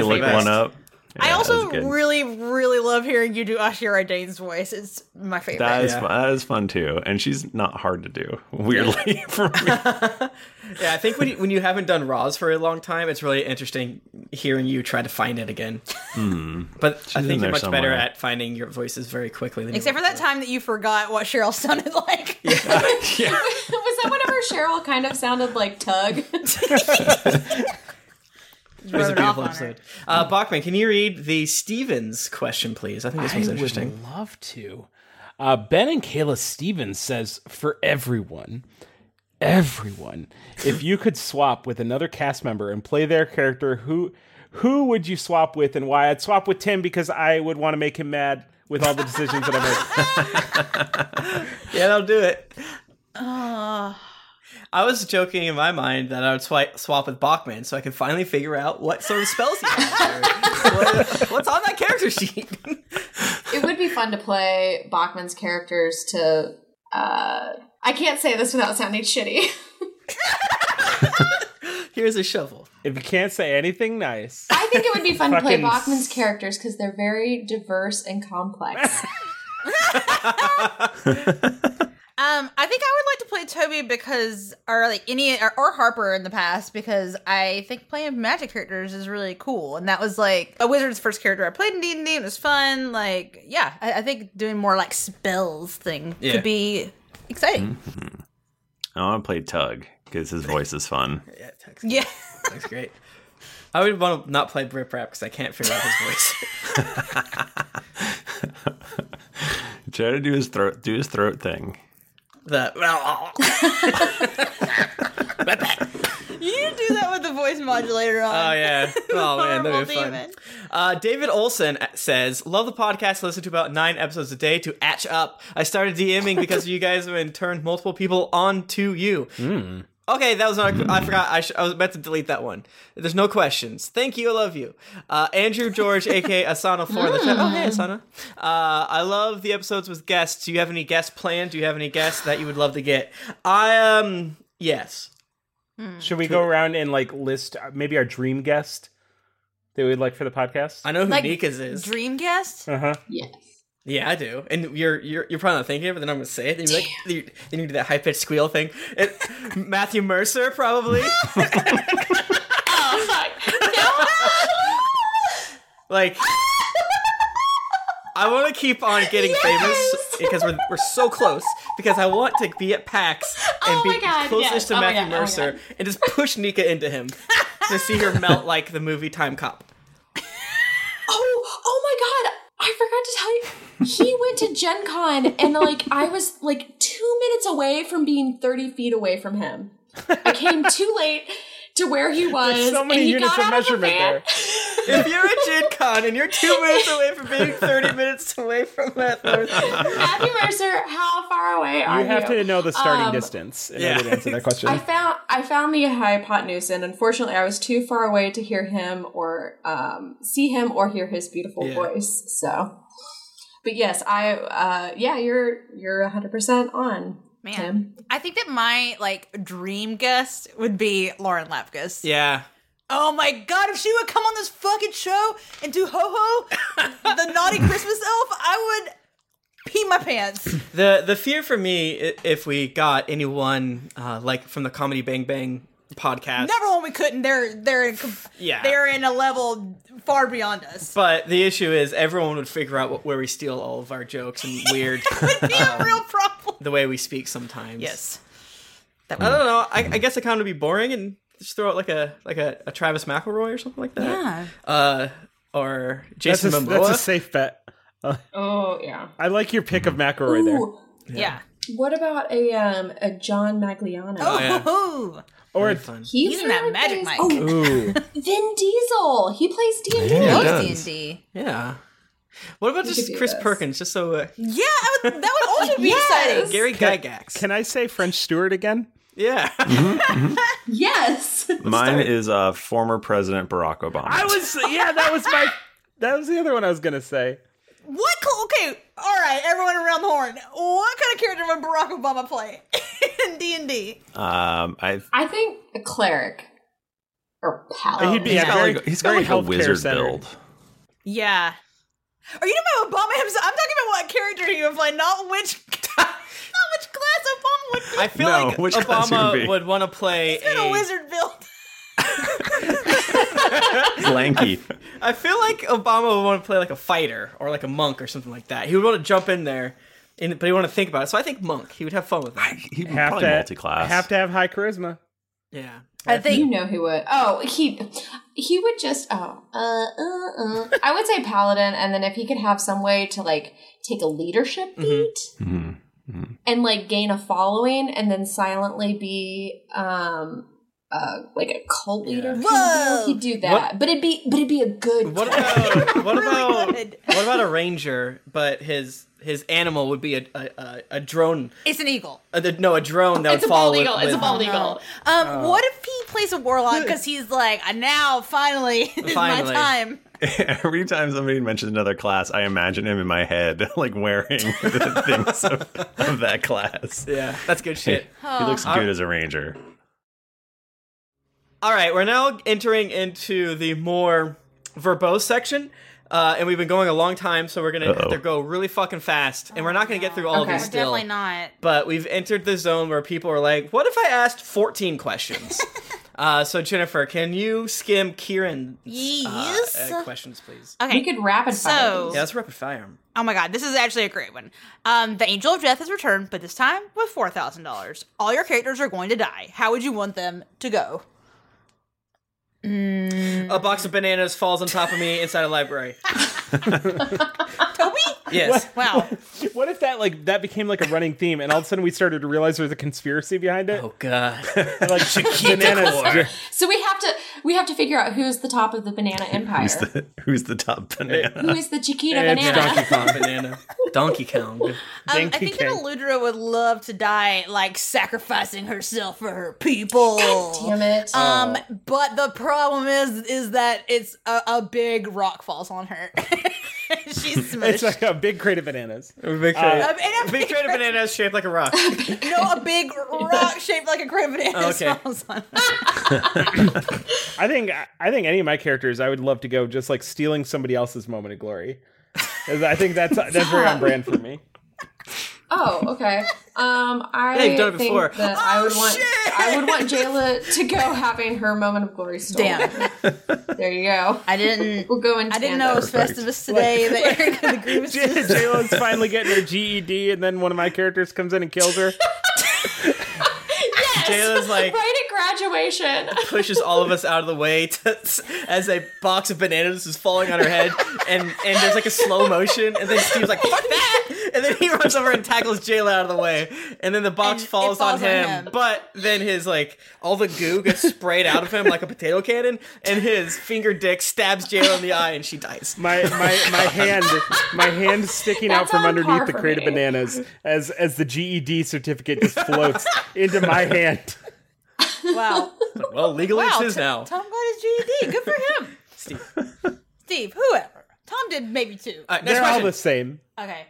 S1: look
S3: favorite.
S1: one up.
S3: I
S1: Yeah,
S3: also
S1: that's good.
S3: really, really love hearing you do Ashira Dane's voice. It's my favorite.
S1: That is fun. that is fun too, and she's not hard to do. Weirdly,
S2: Yeah, I think when you, when you haven't done Raws for a long time, it's really interesting hearing you try to find it again. But I
S1: Hmm. in
S2: think
S1: there
S2: you're much
S1: somewhere.
S2: better at finding your voices very quickly. Than you
S3: Except for that time that you forgot what Cheryl sounded like.
S4: Was that whenever Cheryl kind of sounded like Tug?
S2: It was a beautiful episode. Uh, Bachman, can you read the Stevens question, please? I think this
S5: I
S2: one's
S5: would
S2: interesting.
S5: love to. Uh, ben and Kayla Stevens says for everyone, everyone, if you could swap with another cast member and play their character, who who would you swap with and why? I'd swap with Tim because I would want to make him mad with all the decisions that I
S2: Yeah, that'll do it.
S3: Uh,
S2: I was joking in my mind that I would swi- swap with Bachman so I could finally figure out what sort of spells he has. What- what's on that character sheet?
S4: it would be fun to play Bachman's characters to. Uh, I can't say this without sounding shitty.
S5: make.
S2: Here's a shovel.
S5: If you can't say anything nice,
S4: I think it would be fun to play
S5: Fucking
S4: Bachman's characters because they're very diverse and complex.
S3: Um, I think I would like to play Toby because, or like any, or, or Harper in the past because I think playing magic characters is really cool, and that was like a wizard's first character I played in D and D. It was fun. Like, yeah, I, I think doing more like spells thing
S1: Yeah.
S3: could be exciting.
S2: Mm-hmm.
S1: I want to play Tug because his voice is fun.
S3: Yeah,
S2: That's great. I would want to not play Brip Rap because I can't figure out his voice.
S1: Try to do his throat, do his throat thing.
S2: oh, the.
S3: you need to do that with the voice modulator on.
S2: Oh yeah! Oh man, that'd be
S3: Horrible
S2: fun.
S3: demon.
S2: Uh, David Olson says, "Love the podcast. Listen to about nine episodes a day to atch up. I started DMing because of you guys and turned multiple people on to you. Okay, that was not. I forgot. I, sh- I was about to delete that one. There's no questions. Thank you. I love you. Uh, Andrew George, aka Asana Four, in the chat. Oh hey, Asana. Uh, I love the episodes with guests. Do you have any guests planned? Do you have any guests that you would love to get? I um yes.
S5: should we go around and like list uh, maybe our dream guest that we'd like for the podcast?
S2: I know who
S5: Like,
S2: Nika's is.
S3: Dream guest.
S5: Uh huh.
S4: Yes.
S2: Yeah, I do. And you're you're you're probably not thinking of it, but then I'm gonna say it. And you're like, you, then you do that high pitched squeal thing. It, Matthew Mercer probably.
S4: Oh,
S2: like, I want to keep on getting famous because we're we're so close. Because I want to be at PAX and
S4: Oh my
S2: be
S4: God,
S2: closest
S4: yes.
S2: to
S4: Oh my
S2: Matthew
S4: God, oh my
S2: Mercer
S4: God.
S2: and just push Nika into him to see her melt like the movie Time Cop.
S4: Oh, oh my god! I forgot to tell you, he went to Gen Con, and like I was like two minutes away from being thirty feet away from him. I came too late to where he was.
S5: There's so many
S4: and he
S5: units
S4: got
S5: of
S4: out the
S5: measurement
S4: van.
S5: there.
S2: If you're at Gen Con and you're two minutes away from being 30 minutes away from Matthew Mercer,
S4: Matthew Mercer, how far away are
S5: You
S4: you?
S5: have to know the starting
S4: Um,
S5: distance in order to answer that question.
S4: I found I found the hypotenuse, and unfortunately, I was too far away to hear him or um, see him or hear his beautiful
S5: Yeah.
S4: voice. So, but yes, I uh, yeah, you're you're hundred percent on.
S3: Man,
S4: Tim.
S3: I think that my like dream guest would be Lauren Lapkus.
S2: yeah.
S3: Oh my god, if she would come on this fucking show and do Ho Ho, the naughty Christmas elf, I would pee my pants.
S2: The the fear for me i- if we got anyone uh, like from the Comedy Bang Bang podcast.
S3: Number one, we couldn't. They're they're in com-
S2: Yeah.
S3: they're in a level far beyond us.
S2: But the issue is everyone would figure out wh- where we steal all of our jokes and weird um,
S3: real problem.
S2: the way we speak sometimes.
S3: Yes.
S2: I don't know. I, I guess I kind of be boring and just throw out like a like a, a Travis McElroy or something like that.
S5: Yeah.
S2: Uh, or
S5: That's a-
S2: Jason Momoa.
S5: That's a safe bet.
S4: Oh yeah.
S5: I like your pick of McElroy there.
S3: Yeah.
S4: What about a um a John Magliano?
S3: Oh, yeah.
S5: or
S4: He
S3: He's in that
S4: really
S3: magic mic.
S4: plays- Oh,
S5: Ooh.
S4: Vin Diesel. He plays D and
S2: Yeah, Oh, he
S4: D.
S2: does.
S3: D&D.
S2: Yeah. What about
S4: We could
S2: just
S4: do
S2: Chris
S4: this.
S2: Perkins? Just so uh,
S3: Yeah, I would, that would also be exciting.
S2: Gary
S5: Can-
S2: Gygax.
S5: Can I say French Stewart again?
S2: Yeah.
S4: Yes.
S1: Mine is uh, former President Barack Obama.
S5: I was yeah, that was my that was the other one I was gonna say.
S3: What? col- Okay, all right, everyone around the horn. What kind of character would Barack Obama play in D and D?
S1: Um, I
S4: I think a cleric or paladin.
S5: He'd be
S1: he's
S5: yeah,
S1: got
S5: very-
S1: like, he's got
S5: very
S1: like a
S5: healthcare
S1: wizard
S5: centered.
S1: build.
S3: Yeah. Are you talking about Obama himself? I'm talking about what character he would play, not which, not which class Obama would be.
S2: I feel
S1: No,
S2: like
S1: which class it would be.
S2: Obama would want to play
S3: He's got a
S2: a
S3: wizard build.
S1: Lanky.
S2: I feel like Obama would want to play like a fighter or like a monk or something like that. He would want to jump in there, and, but he want to think about it. So I think monk. He would have fun with that.
S1: He
S2: would
S5: Have to Have to have high charisma.
S2: Yeah.
S4: I think you know who would. Oh, he he would just oh uh, uh, uh. I would say paladin, and then if he could have some way to like take a leadership beat
S5: Mm-hmm.
S4: and like gain a following, and then silently be um uh like a cult leader,
S3: Whoa!
S4: he'd do that. But it'd be but it'd be a good.
S2: What about what about what about a ranger? But his his animal would be a a, a, a drone.
S3: It's an eagle.
S2: Uh, the- no, a drone that
S4: It's
S2: would
S4: a
S2: follow.
S4: bald
S2: with-
S4: eagle. It's a
S2: with-
S4: bald eagle.
S3: Um, what if he plays a warlock because he's like, "I- now finally is my
S1: Finally.
S3: time.
S1: Every time somebody mentions another class, I imagine him in my head, like wearing the things of, of that class.
S2: Yeah, that's good shit.
S1: He looks
S2: Huh.
S1: good as a ranger.
S2: All right, we're now entering into the more verbose section. Uh, and we've been going a long time, so we're gonna have to
S1: Uh-oh.
S2: go really fucking fast, and we're not gonna get through all
S3: Okay.
S2: of these
S3: We're
S2: still.
S3: definitely not.
S2: But we've entered the zone where people are like, "What if I asked 14 questions?" uh, so Jennifer, can you skim Kieran?
S3: Yes.
S2: Uh, uh, questions, please.
S3: Okay.
S4: We could rapid
S3: so,
S4: fire
S2: Yeah, let's rapid fire 'em.
S3: Oh my god, this is actually a great one. Um, the Angel of Death has returned, but this time with four thousand dollars. All your characters are going to die. How would you want them to go?
S2: A box of bananas falls on top of me inside a library.
S3: Toby?
S2: Yes.
S3: Wow.
S5: What if that like that became like a running theme, and all of a sudden we started to realize there's a conspiracy behind it? Oh
S2: god!
S5: like bananas.
S4: So we have to we have to figure out who's the top of the banana empire.
S1: Who's the, who's the top banana?
S4: Who is the Chiquita
S1: It's
S4: banana?
S1: Donkey
S2: Kong banana. Donkey Kong.
S3: Um, I think that Eludra would love to die, like sacrificing herself for her people.
S4: damn it!
S3: Um, but the problem is, is that it's a, a big rock falls on her. She's
S5: It's like a big crate of bananas.
S2: big
S5: crate.
S3: A- and a
S2: Big crate of bananas shaped like a rock.
S3: no, a big rock shaped like a crib banana
S5: Okay.
S3: falls on.
S5: I think I think any of my characters, I would love to go just like stealing somebody else's moment of glory. 'Cause I think that's that's very on brand for me.
S4: Oh, okay. Um, I
S5: They've done it
S4: think
S5: before.
S4: that I would want I would want Jayla to go having her moment of glory stolen. There you go.
S3: I didn't.
S4: We'll go in.
S3: I didn't know it was
S4: Perfect.
S3: Festivus today. That Eric and the Grievous.
S5: J Lo's finally getting her GED, and then one of my characters comes in and kills her.
S2: Jayla's like
S4: right at graduation.
S2: pushes all of us out of the way to, as a box of bananas is falling on her head, and and there's like a slow motion, and then Steve's like fuck that, and then he runs over and tackles Jayla out of the way, and then the box falls, on,
S3: falls on
S2: him,
S3: him.
S2: But then his like all the goo gets sprayed out of him like a potato cannon, and his finger dick stabs Jayla in the eye, and she dies.
S5: My my my hand my hand sticking out
S2: That's
S5: from
S2: on
S5: underneath
S2: par
S5: the
S2: for
S5: crate of
S2: me.
S5: bananas as as the GED certificate just floats into my hand.
S3: Wow.
S2: Well, legally
S3: wow.
S2: it's his
S3: T-
S2: now.
S3: Tom got his GED. Good for him. Steve. Steve. Whoever. Tom did maybe two.
S5: They're all the same.
S3: Okay.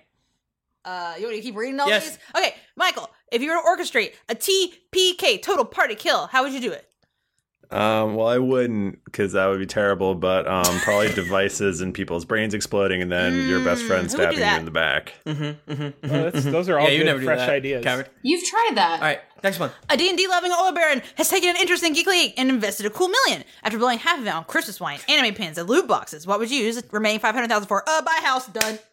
S3: Uh, you want me to keep reading all
S5: Yes.
S3: these? Okay, Michael. If you were to orchestrate a TPK total party kill, how would you do it?
S1: Um, well, I wouldn't because that would be terrible, but um, probably devices and people's brains exploding and then your best friend
S4: Mm, who would do
S1: stabbing you
S4: that?
S1: in the back. Mm-hmm, mm-hmm,
S5: Oh, that's- those are all
S2: yeah, you
S5: good,
S2: never do
S5: fresh
S2: that,
S5: ideas.
S2: Coward.
S4: You've tried that.
S2: All right, next one.
S3: A D&D loving oil baron has taken an interest in Geek League and invested a cool million. After blowing half of it on Christmas wine, anime pins, and loot boxes, what would you use the remaining 500000 for? Uh, buy a house. Done.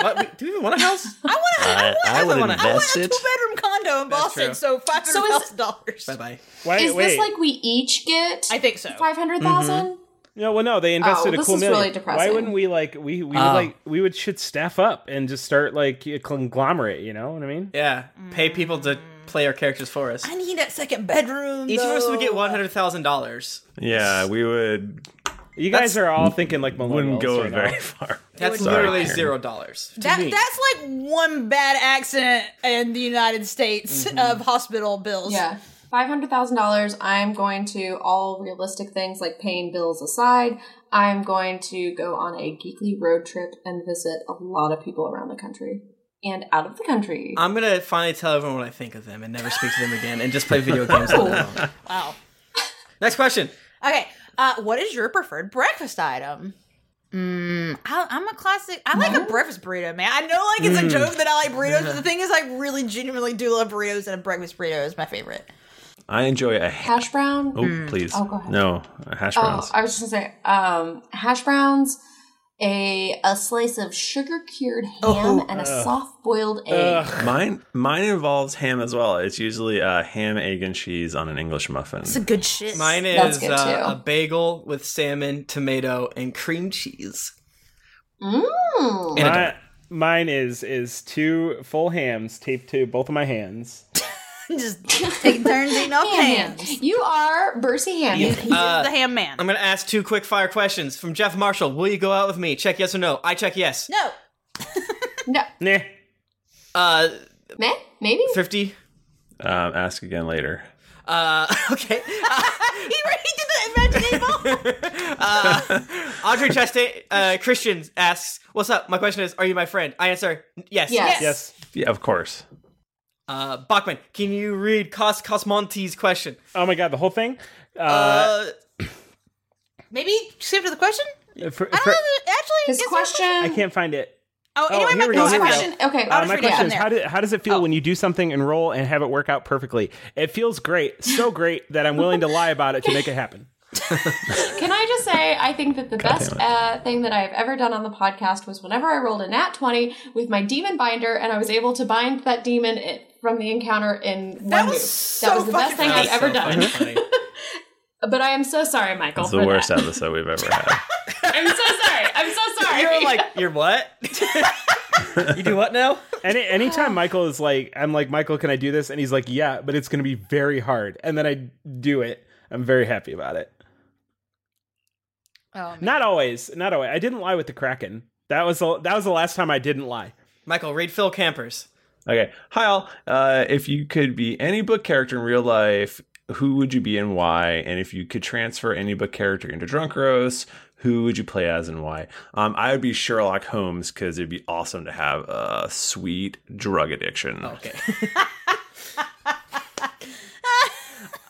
S2: What, we- do we even want a house?
S3: I want
S1: I, I would
S2: wanna- I wanna
S1: invest it.
S3: a bedroom condo in Boston,
S2: true.
S3: so $500,000.
S2: Bye bye.
S5: Why,
S4: Is this like we each get?
S3: I think so.
S4: Five hundred thousand.
S5: No, well, no, they
S4: well,
S5: invested a
S4: Oh, this
S5: cool
S4: is
S5: million.
S4: really
S5: Why
S4: depressing.
S5: wouldn't we like we we
S2: Oh.
S5: would, like we would should staff up and just start like a conglomerate? You know what I mean?
S2: Yeah, pay people to play our characters for us.
S3: I need that second bedroom.
S2: Each of us
S3: though.
S2: would get one hundred thousand dollars.
S1: Yeah, we would.
S5: You guys are all thinking like
S1: Wouldn't go
S5: right now.
S1: very far.
S2: That's
S1: Sorry,
S2: literally
S1: Karen.
S2: zero dollars.
S3: That, that's like one bad accident in the United States
S2: Mm-hmm.
S3: of hospital bills.
S4: Yeah. Five hundred thousand dollars. I'm going to all realistic things like paying bills aside. I'm going to go on a geekly road trip and visit a lot of people around the country and out of the country.
S1: Uh,
S2: I'm gonna finally tell everyone what I think of them and never speak to them again and just play video games all day long.
S3: Wow.
S2: Next question.
S3: Okay. Uh, what is your preferred breakfast item? Mm, I, I'm a classic. I like a breakfast burrito, man. I know, like it's a
S2: Mm.
S3: joke that I like burritos, but
S1: Yeah.
S3: the thing is, I really genuinely do love burritos, and a breakfast burrito is my favorite.
S1: I enjoy a.
S4: hash brown.
S1: Oh, please.
S4: Oh, go ahead.
S1: No, uh, hash
S4: Oh,
S1: browns.
S4: I was just gonna say, um, hash browns, a a slice of sugar cured ham,
S1: Oh,
S4: and a
S1: ugh.
S4: soft boiled egg.
S1: Mine mine involves ham as well. It's usually uh, ham, egg, and cheese on an English muffin.
S3: good shit.
S2: Mine
S4: That's
S2: is
S4: good,
S2: uh,
S4: too.
S2: a bagel with salmon, tomato, and cream cheese.
S4: Mm.
S2: And a
S5: My- mine is is two full hams taped to both of my hands.
S3: Just take turns eating off
S4: Ham.
S3: hams.
S4: You are Bercy Ham.
S2: Yeah.
S3: He's
S2: Uh,
S3: the ham man.
S2: I'm gonna ask two quick fire questions from Jeff Marshall. Will you go out with me? Check yes or no. I check yes.
S3: No.
S5: Nah.
S2: Uh,
S4: Meh? Maybe.
S2: Thrifty.
S1: Um, ask again later.
S2: Uh, okay.
S3: he did the imaginary
S2: Audrey Chastain, uh, Christian asks, "What's up?" My question is, "Are you my friend?" I answer, "Yes."
S1: Yes. Yes. Yeah, of course.
S2: Uh, Bachman, can you read Cos Cosmonte's question?
S5: Oh my god, the whole thing. Uh,
S3: Maybe skip to the question.
S5: Uh, For, for,
S3: Actually,
S4: His question.
S5: I can't find it.
S3: Oh, anyway,
S5: here
S3: my
S5: we go,
S3: question.
S5: here we go.
S4: Okay,
S5: Uh, my question is, how, do, how does it feel when you do something and roll and have it work out perfectly? It feels great, so great that I'm willing to lie about it to make it happen.
S4: Can I just say, I think that the best uh, thing that I have ever done on the podcast was whenever I rolled a nat 20 with my demon binder and I was able to bind that demon i from the encounter in one
S3: That was
S4: move.
S3: so
S4: that was the best thing
S3: fucking
S4: I've ever
S3: funny.
S4: done. But I am so sorry, Michael.
S1: It's the
S4: for
S1: worst
S4: that.
S1: episode we've ever had.
S4: I'm so sorry. I'm so sorry.
S2: You're like, you're what? you do what now?
S5: Any anytime Michael is like, I'm like, Michael, can I do this? And he's like, Yeah, but it's going to be very hard. And then I do it. I'm very happy about it.
S3: Oh,
S5: Not always, not always. I didn't lie with the Kraken. That was the, that was the last time I didn't lie.
S2: Michael, read Phil Campers.
S1: Okay. Hi, all. Uh, if you could be any book character in real life, who would you be and why? And if you could transfer any book character into Drunk Rose, who would you play as and why? Um, I would be Sherlock Holmes because it'd be awesome to have a sweet drug addiction.
S2: Okay.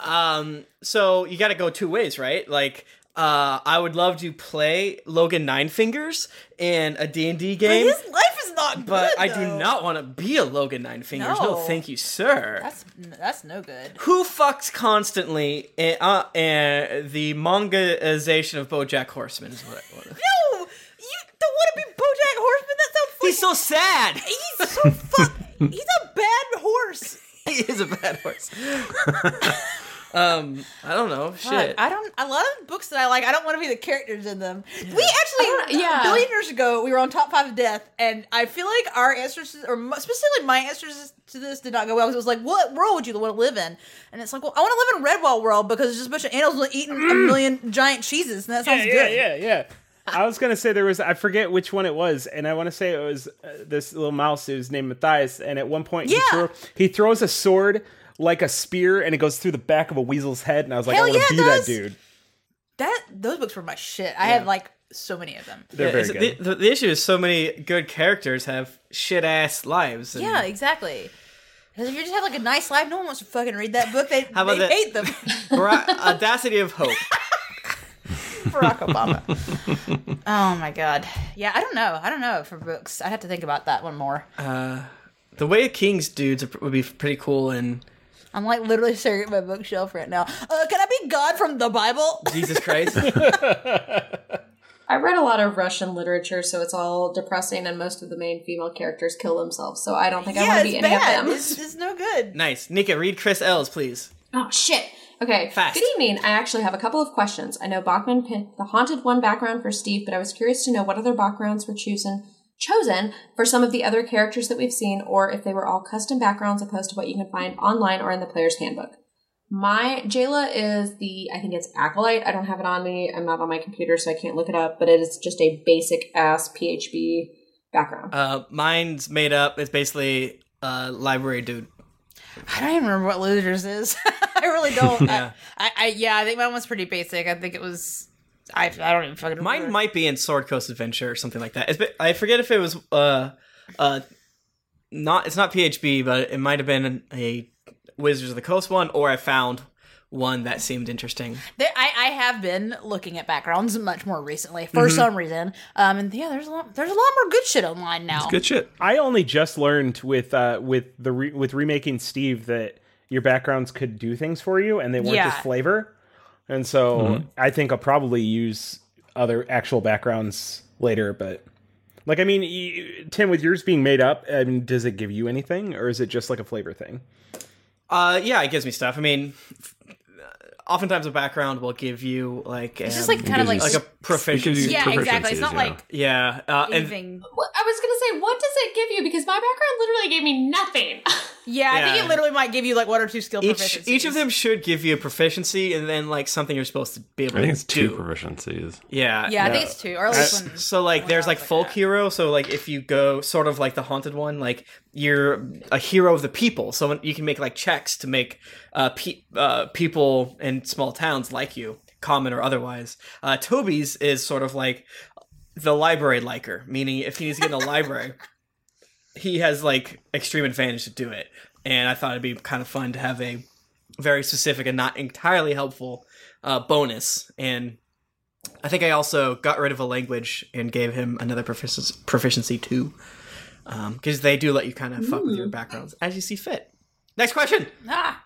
S2: Um, so you got to go two ways, right? Like, uh, I would love to play Logan Nine Fingers in a D and D game,
S3: His life is not
S2: but
S3: good.
S2: I do
S3: though.
S2: not want to be a Logan Nine Fingers. No,
S3: No.
S2: thank you, sir.
S3: That's that's no good.
S2: Who fucks constantly? And uh, uh, the mangaization of BoJack Horseman is what. what
S3: No, you don't want to be BoJack Horseman. That sounds.
S2: He's so sad.
S3: He's so fuck. he's a bad horse.
S2: he is a bad horse. um, I don't know. Shit.
S3: I don't. A lot of books that I like, I don't want to be the characters in them. We actually,
S4: yeah.
S3: a billion years ago, we were on top five of death, and I feel like our answers, to, or mo- specifically my answers to this, did not go well because it was like, what world would you want to live in? And it's like, well, I want to live in Redwall world because it's just a bunch of animals eating a million giant cheeses, and that sounds
S5: yeah,
S3: good.
S5: Yeah, yeah, yeah. I was gonna say there was I forget which one it was, and I want to say it was uh, this little mouse who's named Matthias, and at one point he, throw, he throws a sword like a spear, and it goes through the back of a weasel's head, and I was like,
S3: Hell
S5: I want
S3: yeah,
S5: to
S3: it
S5: be
S3: does.
S5: that dude.
S3: That those books were my shit. I had like so many of them.
S5: They're
S2: Yeah,
S5: very
S2: it's- The, the, the issue is so many good characters have shit ass lives. and-
S3: Yeah, exactly. Because if you just have like a nice life, no one wants to fucking read that book. They,
S2: How about
S3: they
S2: that-
S3: hate them.
S2: Bra- audacity of hope.
S3: Barack Obama. oh my god. Yeah, I don't know. I don't know for books. I would have to think about that one more.
S2: Uh, the way of kings dudes are- would be pretty cool in
S3: I'm like literally staring at my bookshelf right now. Uh, can I be God from the Bible?
S2: Jesus Christ.
S4: I read a lot of Russian literature, so it's all depressing, and most of the main female characters kill themselves, so I don't think I
S3: yeah,
S4: want to be
S3: it's
S4: any
S3: bad.
S4: of them.
S3: It's, it's no good.
S2: nice. Nika, read Chris L's, please.
S4: Oh shit. Okay. Good evening. I actually have a couple of questions. I know Bachman picked the haunted one background for Steve, but I was curious to know what other backgrounds were chosen chosen for some of the other characters that we've seen, or if they were all custom backgrounds opposed to what you can find online or in the player's handbook. My Jayla is the I think it's acolyte. I don't have it on me. I'm not on my computer, so I can't look it up. But it is just a basic ass PHB background.
S2: Uh, mine's made up. It's basically uh, library dude.
S3: I don't even remember what losers is. I really don't.
S2: Yeah.
S3: I, I yeah, I think mine was pretty basic. I think it was. I, I don't even fucking remember.
S2: Mine might be in Sword Coast Adventure or something like that. It's been, I forget if it was uh uh not it's not PHB, but it might have been a Wizards of the Coast one, or I found one that seemed interesting.
S3: There, I, I have been looking at backgrounds much more recently for
S2: Mhm.
S3: some reason. Um, and yeah, there's a lot, there's a lot more good shit online now.
S1: shit.
S5: I only just learned with uh, with the re- with remaking Steve that your backgrounds could do things for you, and they weren't
S3: Yeah.
S5: just flavor. And so
S1: Mhm.
S5: I think I'll probably use other actual backgrounds later. But like, I mean, y- Tim, with yours being made up, I mean, does it give you anything, or is it just like a flavor thing?
S2: Uh, yeah, it gives me stuff. I mean, f- oftentimes a background will give you like
S3: It's
S2: um,
S3: just, like, kind of, like,
S2: like a
S3: s-
S2: proficiency.
S3: Yeah, exactly. It's not, like,
S2: yeah, uh, and
S4: Well, I was gonna say, what does it give you? Because my background literally gave me nothing.
S3: yeah, I think
S2: Yeah.
S3: it literally might give you like one or two skill
S2: each each of them should give you a proficiency and then like something you're supposed to be able
S1: I think
S2: to
S1: it's
S2: do.
S1: two proficiencies.
S2: Yeah.
S3: Yeah, I think it's two, or at least when-
S2: Uh, so like there's like folk hero, so like if you go sort of like the haunted one, like you're a hero of the people. So when- you can make like checks to make uh, pe- uh people in small towns like you, common or otherwise. Uh Toby's is sort of like the library liker, meaning if he needs to get in the library, he has like extreme advantage to do it. And I thought it'd be kind of fun to have a very specific and not entirely helpful uh, bonus. And I think I also got rid of a language and gave him another proficiency, proficiency too, because they do let you kind of fuck with your backgrounds as you see fit. Next question.
S3: Ah.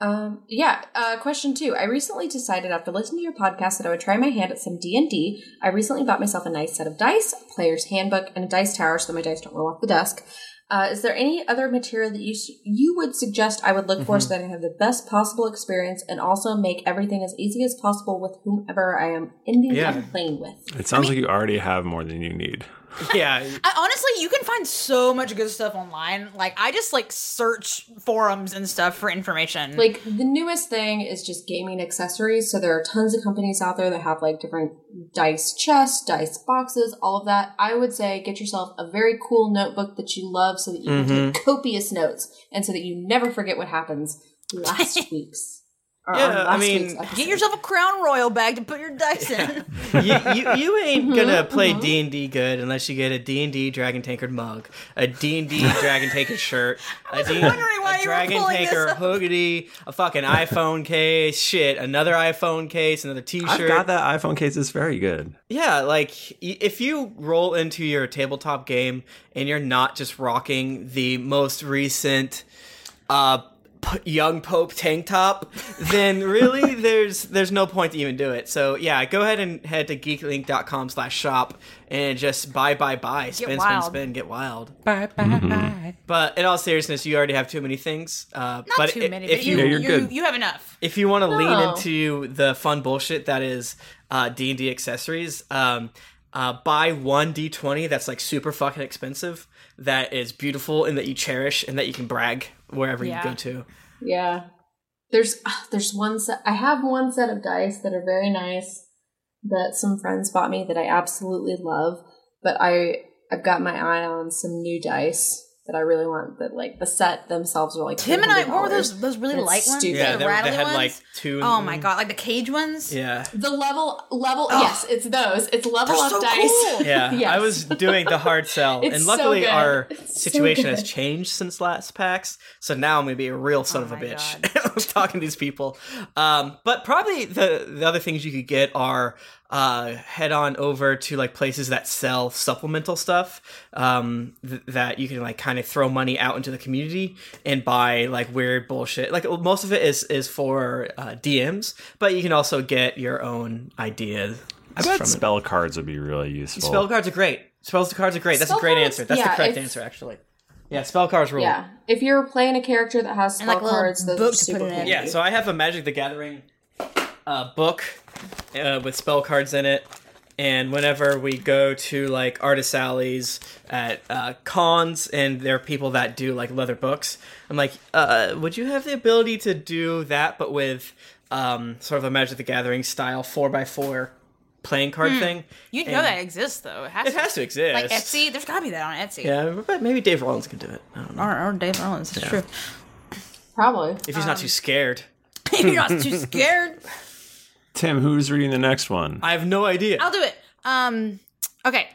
S4: Um, yeah. Uh, question two. I recently decided after listening to your podcast that I would try my hand at some D and D. I recently bought myself a nice set of dice, a player's handbook, and a dice tower so that my dice don't roll off the desk. Uh, is there any other material that you s- you would suggest I would look for so that I have the best possible experience and also make everything as easy as possible with whomever I am ending
S1: Yeah.
S4: up playing with?
S1: It sounds like you already have more than you need.
S2: Yeah.
S3: I, honestly, you can find so much good stuff online. Like I just like search forums and stuff for information.
S4: Like the newest thing is just gaming accessories. So there are tons of companies out there that have like different dice chests, dice boxes, all of that. I would say get yourself a very cool notebook that you love so that you can
S2: Mhm.
S4: take copious notes and so that you never forget what happens last week's. or on
S2: Yeah, I
S4: last
S2: mean-
S4: week's episode.
S3: get yourself a crown royal bag to put your dice in.
S2: you, you, you ain't gonna
S3: Mhm,
S2: play D and D good unless you get a D and D Dragon Tankard mug, a D and D Dragon Tankard shirt, a D a Dragon
S3: pulling this
S2: Tankard
S3: up.
S2: hoodie, a fucking iPhone case, shit, another iPhone case, another T-shirt.
S1: I've got that iPhone case. It's very good.
S2: Yeah, like y- if you roll into your tabletop game and you're not just rocking the most recent uh p- young pope tank top, then really there's there's no point to even do it. So yeah, go ahead and head to geeklink.com/shop slash shop and just buy buy buy, spin spin
S3: wild.
S2: spin, get wild.
S3: Bye bye bye.
S2: But in all seriousness, you already have too many things. Uh
S3: Not
S2: but
S3: too
S2: i-
S3: many.
S2: if
S3: but you,
S2: you
S3: you, you have enough.
S2: if you want to lean
S3: No.
S2: into the fun bullshit that is uh, D&D accessories, um, uh, buy one D20 that's like super fucking expensive, that is beautiful and that you cherish and that you can brag wherever
S4: Yeah.
S2: you go to.
S4: Yeah. There's ah, there's one set I have one set of dice that are very nice that some friends bought me that I absolutely love, but I I've got my eye on some new dice that I really want that like the set themselves are like
S3: Tim and I,
S4: $300.
S3: what were those those really
S4: It's
S3: light ones?
S4: stupid.
S2: Yeah,
S3: the
S2: they- they
S3: rattly
S2: had,
S3: ones?
S2: like, two-
S3: Oh my god, like the cage ones.
S2: Yeah.
S4: The level level yes, it's those. It's level
S3: They're
S4: up
S3: so
S4: dice.
S3: cool.
S2: Yeah, I was doing the hard sell,
S4: It's
S2: and
S4: so
S2: luckily
S4: good.
S2: our
S4: It's so
S2: situation has
S4: good. Oh
S2: changed since last PAX. So now I'm gonna be a real son of a bitch talking to these people. Um, but probably the the other things you could get are uh, head on over to like places that sell supplemental stuff um, th- that you can like kind of throw money out into the community and buy like weird bullshit. Like most of it is is for uh, DMs, but you can also get your own ideas.
S1: I bet spell cards would be really useful.
S2: Spell cards are great. Spell cards are great. That's
S4: Spell
S2: a great
S4: cards-
S2: answer. That's
S4: yeah,
S2: the correct
S4: if-
S2: answer, actually. Yeah, spell cards rule.
S4: Yeah. If you're playing a character that has
S3: And, like,
S4: spell
S3: little
S4: cards, those are
S3: book to
S4: super
S3: put it in.
S4: handy.
S2: Yeah, so I have a Magic the Gathering uh, book uh, with spell cards in it. And whenever we go to like artist alleys at uh, cons, and there are people that do like leather books, I'm like, uh, would you have the ability to do that, but with um, sort of a Magic the Gathering style four x four playing card
S3: Hmm.
S2: thing?
S3: You know
S2: And-
S3: that exists though. It has,
S2: It
S3: to.
S2: has to exist.
S3: Like Etsy, there's gotta be that on Etsy.
S2: Yeah, but maybe Dave Rollins can do it. I don't know.
S3: Or, or Dave Rollins, it's
S2: Yeah.
S3: true.
S4: Probably.
S2: If he's not too scared.
S3: if you're not too scared,
S1: Tim, who's reading the next one?
S2: I have no idea.
S3: I'll do it. Um, okay.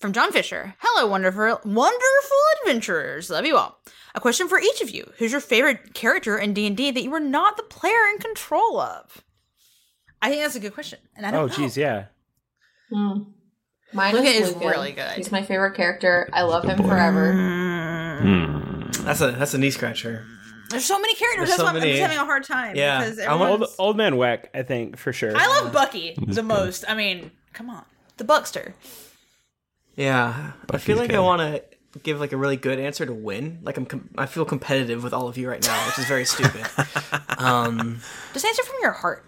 S3: From John Fisher. Hello, wonderful, wonderful adventurers. Love you all. A question for each of you: Who's your favorite character in D and D that you were not the player in control of? I think that's a good question, and I don't
S5: Oh,
S3: know.
S5: geez, yeah.
S4: Hmm. Mine
S3: Look at
S4: is
S3: his
S4: Lucan.
S3: really good.
S4: He's my favorite character. I love him forever.
S2: That's a that's a knee scratcher.
S3: There's so many characters.
S2: There's
S3: that's
S2: so
S3: why I'm- I'm
S2: many.
S3: just having a hard time. because
S5: I'm
S3: everyone's-
S5: old, old man Weck, I think for sure.
S3: I love Bucky the most. I mean, come on, the Buckster.
S2: Yeah, I feel
S5: he's
S2: like I
S5: gay.
S2: want to give like a really good answer to win. Like I'm, com- I feel competitive with all of you right now, which is very stupid. um,
S3: Just answer from your heart.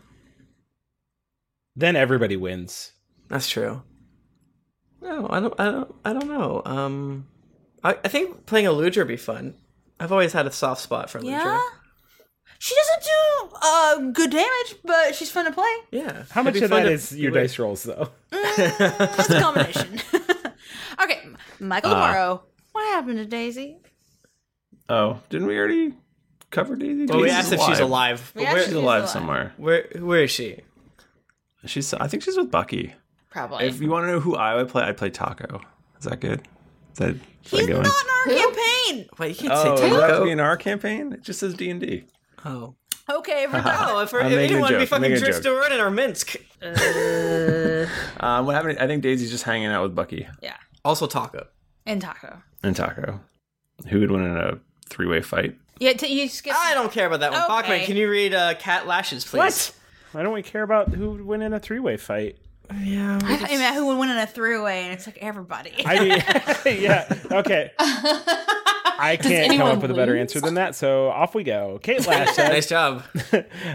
S5: then everybody wins.
S2: That's true. no, I don't, I don't, I don't know. Um, I, I think playing a Ludra would be fun. I've always had a soft spot for Ludra.
S3: Yeah. She doesn't do uh, good damage, but she's fun to play.
S2: Yeah.
S5: How much
S2: It'd be
S5: of
S2: fun
S5: that
S2: to-
S5: is your
S2: would-
S5: dice rolls though?
S3: That's a combination. okay, Michael
S1: Ah.
S3: Tomorrow. What happened to Daisy?
S1: Oh, didn't we already cover Daisy?
S2: Well, we
S1: Daisy's
S2: asked if she's alive.
S3: We asked if
S1: she's
S3: she's
S1: alive
S3: alive.
S1: somewhere.
S2: Where Where is she?
S1: She's. I think she's with Bucky.
S3: Probably.
S1: If you want to know who I would play, I'd play Taco. Is that good? Is that, is that going?
S3: Our campaign.
S2: Wait, you
S1: oh,
S2: say
S1: does that have to
S2: Taco.
S1: be in our campaign? It just says D and D.
S2: Oh.
S3: Okay,
S1: for
S2: Oh, if, if
S1: I'm making a
S2: anyone would be
S1: joke. I'm
S2: fucking
S1: making a
S2: Drew
S1: joke.
S2: Stewart in our Minsk.
S1: Um, what happened? I think Daisy's just hanging out with Bucky
S3: Yeah,
S2: Also Taco.
S3: and Taco.
S1: and Taco. Who would win in a three-way fight?
S3: Yeah, t- you skip.
S2: I don't care about that one. Bachman, can you read uh, Cat Lashes, please?
S5: What? Why don't we care about who would win in a three way fight?
S2: Yeah.
S3: I thought you meant who would win in a three-way, and it's like everybody.
S5: I mean, yeah. Okay. I can't come
S3: anyone
S5: up with a better
S3: lose?
S5: answer than that, so off we go. Kate Lash says,
S2: nice job.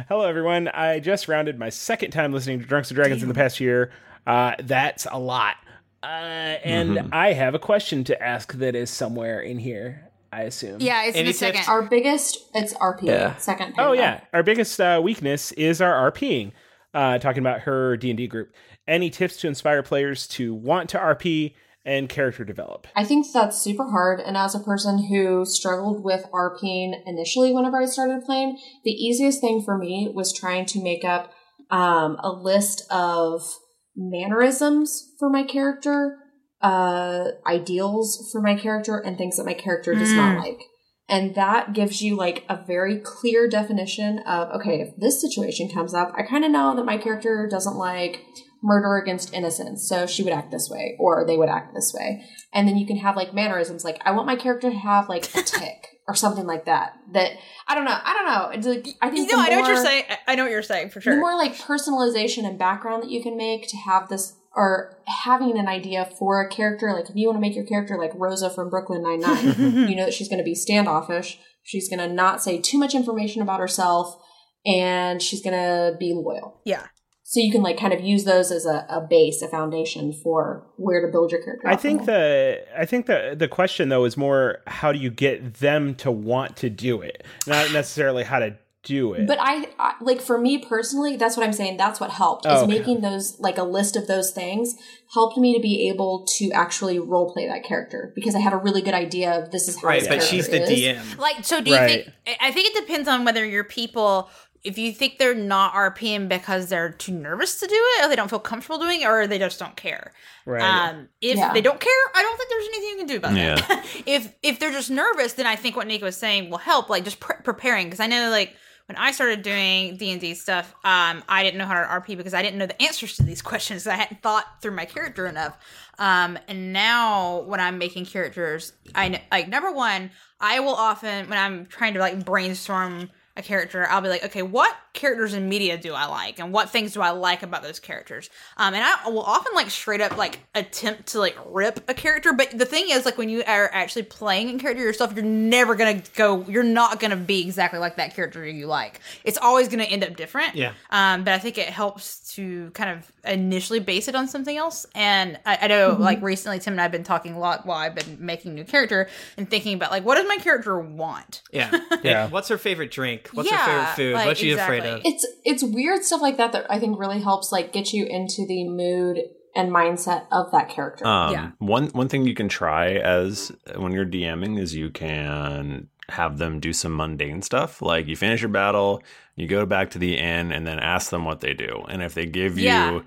S5: Hello, everyone. I just rounded my second time listening to Drunks and Dragons in the past year. Uh, that's a lot. Uh, and I have a question to ask that is somewhere in here, I assume.
S4: Our biggest, it's RP.
S5: Yeah.
S4: Second.
S5: Oh
S4: hand
S5: yeah, our biggest uh, weakness is our RPing. Uh, talking about her D and D group. Any tips to inspire players to want to RP and character develop?
S4: I think that's super hard. And as a person who struggled with RPing initially whenever I started playing, the easiest thing for me was trying to make up um, a list of mannerisms for my character, uh, ideals for my character, and things that my character does not
S3: Hmm.
S16: Mm.
S4: like. And that gives you like a very clear definition of okay, if this situation comes up, I kind of know that my character doesn't like murder against innocence, so she would act this way, or they would act this way. And then you can have like mannerisms, like I want my character to have like a tick or something like that. That I don't know, I don't know. It's like, I think
S3: no,
S4: the
S3: I know what you're
S4: more-
S3: saying. I- I know what you're saying for sure.
S4: the more like personalization and background that you can make to have this or having an idea for a character, like if you want to make your character like Rosa from Brooklyn Nine Nine, you know that she's going to be standoffish. She's going to not say too much information about herself, and she's going to be loyal.
S3: Yeah.
S4: So you can like kind of use those as a, a base, a foundation for where to build your character.
S5: I
S4: off
S5: think
S4: of.
S5: the I think the the question though is more how do you get them to want to do it, not necessarily how to do it.
S4: But I, I like for me personally, that's what I'm saying. That's what helped
S5: Oh,
S4: is
S5: okay.
S4: making those like a list of those things helped me to be able to actually role play that character because I had a really good idea of this is how.
S2: Right,
S4: this
S2: but
S4: character
S2: she's the
S4: is.
S2: DM.
S3: Like, so do you
S4: Right.
S3: think? I- I think it depends on whether your people, if you think they're not RPing because they're too nervous to do it, or they don't feel comfortable doing it, or they just don't care.
S5: Right.
S3: Um, if
S5: Yeah.
S3: they don't care, I don't think there's anything you can do about
S5: Yeah.
S3: that. if if they're just nervous, then I think what Nico was saying will help, like just pre- preparing. Because I know, like when I started doing D and D stuff, um, I didn't know how to RP because I didn't know the answers to these questions. 'cause I hadn't thought through my character enough. Um, and now when I'm making characters, I kn- like number one, I will often when I'm trying to like brainstorm a character, I'll be like, okay, what characters in media do I like, and what things do I like about those characters? Um, and I will often like straight up like attempt to like rip a character, but the thing is, like when you are actually playing a character yourself, you're never gonna go, you're not gonna be exactly like that character you like. It's always gonna end up different.
S2: Yeah.
S3: Um, but I think it helps to kind of initially base it on something else. And I, I know,
S17: Mhm.
S3: like recently, Tim and I've been talking a lot while I've been making new character and thinking about like, what does my character want?
S2: Yeah.
S5: Yeah.
S2: Like, what's her favorite drink? What's
S3: Yeah,
S2: her favorite food?
S3: like,
S2: What's she afraid of?
S3: exactly.
S4: It's it's weird stuff like that that I think really helps like get you into the mood and mindset of that character.
S1: Um, One one thing you can try as when you're DMing is you can have them do some mundane stuff. Like you finish your battle, you go back to the inn, and then ask them what they do. And if they give
S16: Yeah.
S1: you,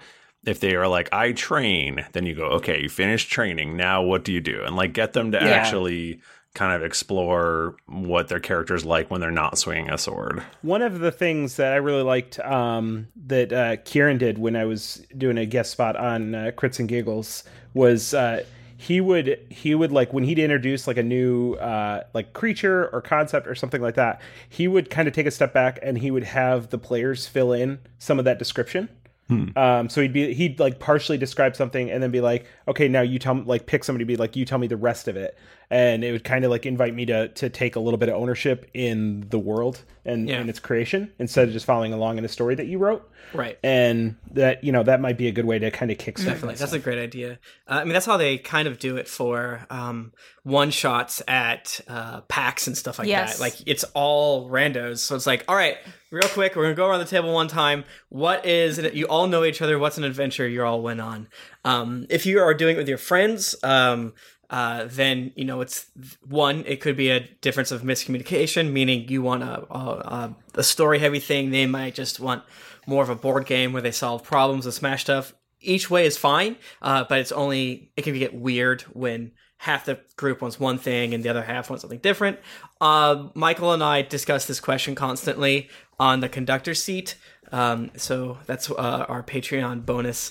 S1: if they are like, "I train," then you go, "Okay, you finished training. Now what do you do?" And like get them to
S5: Yeah.
S1: actually kind of explore what their characters like when they're not swinging a sword.
S5: One of the things that I really liked um, that uh, Kieran did when I was doing a guest spot on uh, Crits and Giggles was uh, he would he would like when he'd introduce like a new uh, like creature or concept or something like that, he would kind of take a step back and he would have the players fill in some of that description.
S16: Hmm.
S5: Um, so he'd be he'd like partially describe something and then be like, okay, now you tell me like pick somebody to be like you tell me the rest of it, and it would kind of like invite me to to take a little bit of ownership in the world and
S2: Yeah.
S5: and its creation instead of just following along in a story that you wrote.
S2: Right.
S5: And that you know that might be a good way to kind of kickstart.
S2: Definitely,
S5: this.
S2: that's a great idea. Uh, I mean, that's how they kind of do it for um, one shots at uh, packs and stuff like
S5: Yes.
S2: that. Like it's all randos, so it's like, all right, real quick, we're gonna go around the table one time. What is it? You all know each other. What's an adventure you all went on? Um, if you are doing it with your friends, um, uh, then you know it's one. It could be a difference of miscommunication, meaning you want a a, a story heavy thing. They might just want more of a board game where they solve problems and smash stuff. Each way is fine, uh, but it's only it can get weird when half the group wants one thing and the other half wants something different. Uh, Michael and I discuss this question constantly on the conductor seat, um, so that's uh, our Patreon bonus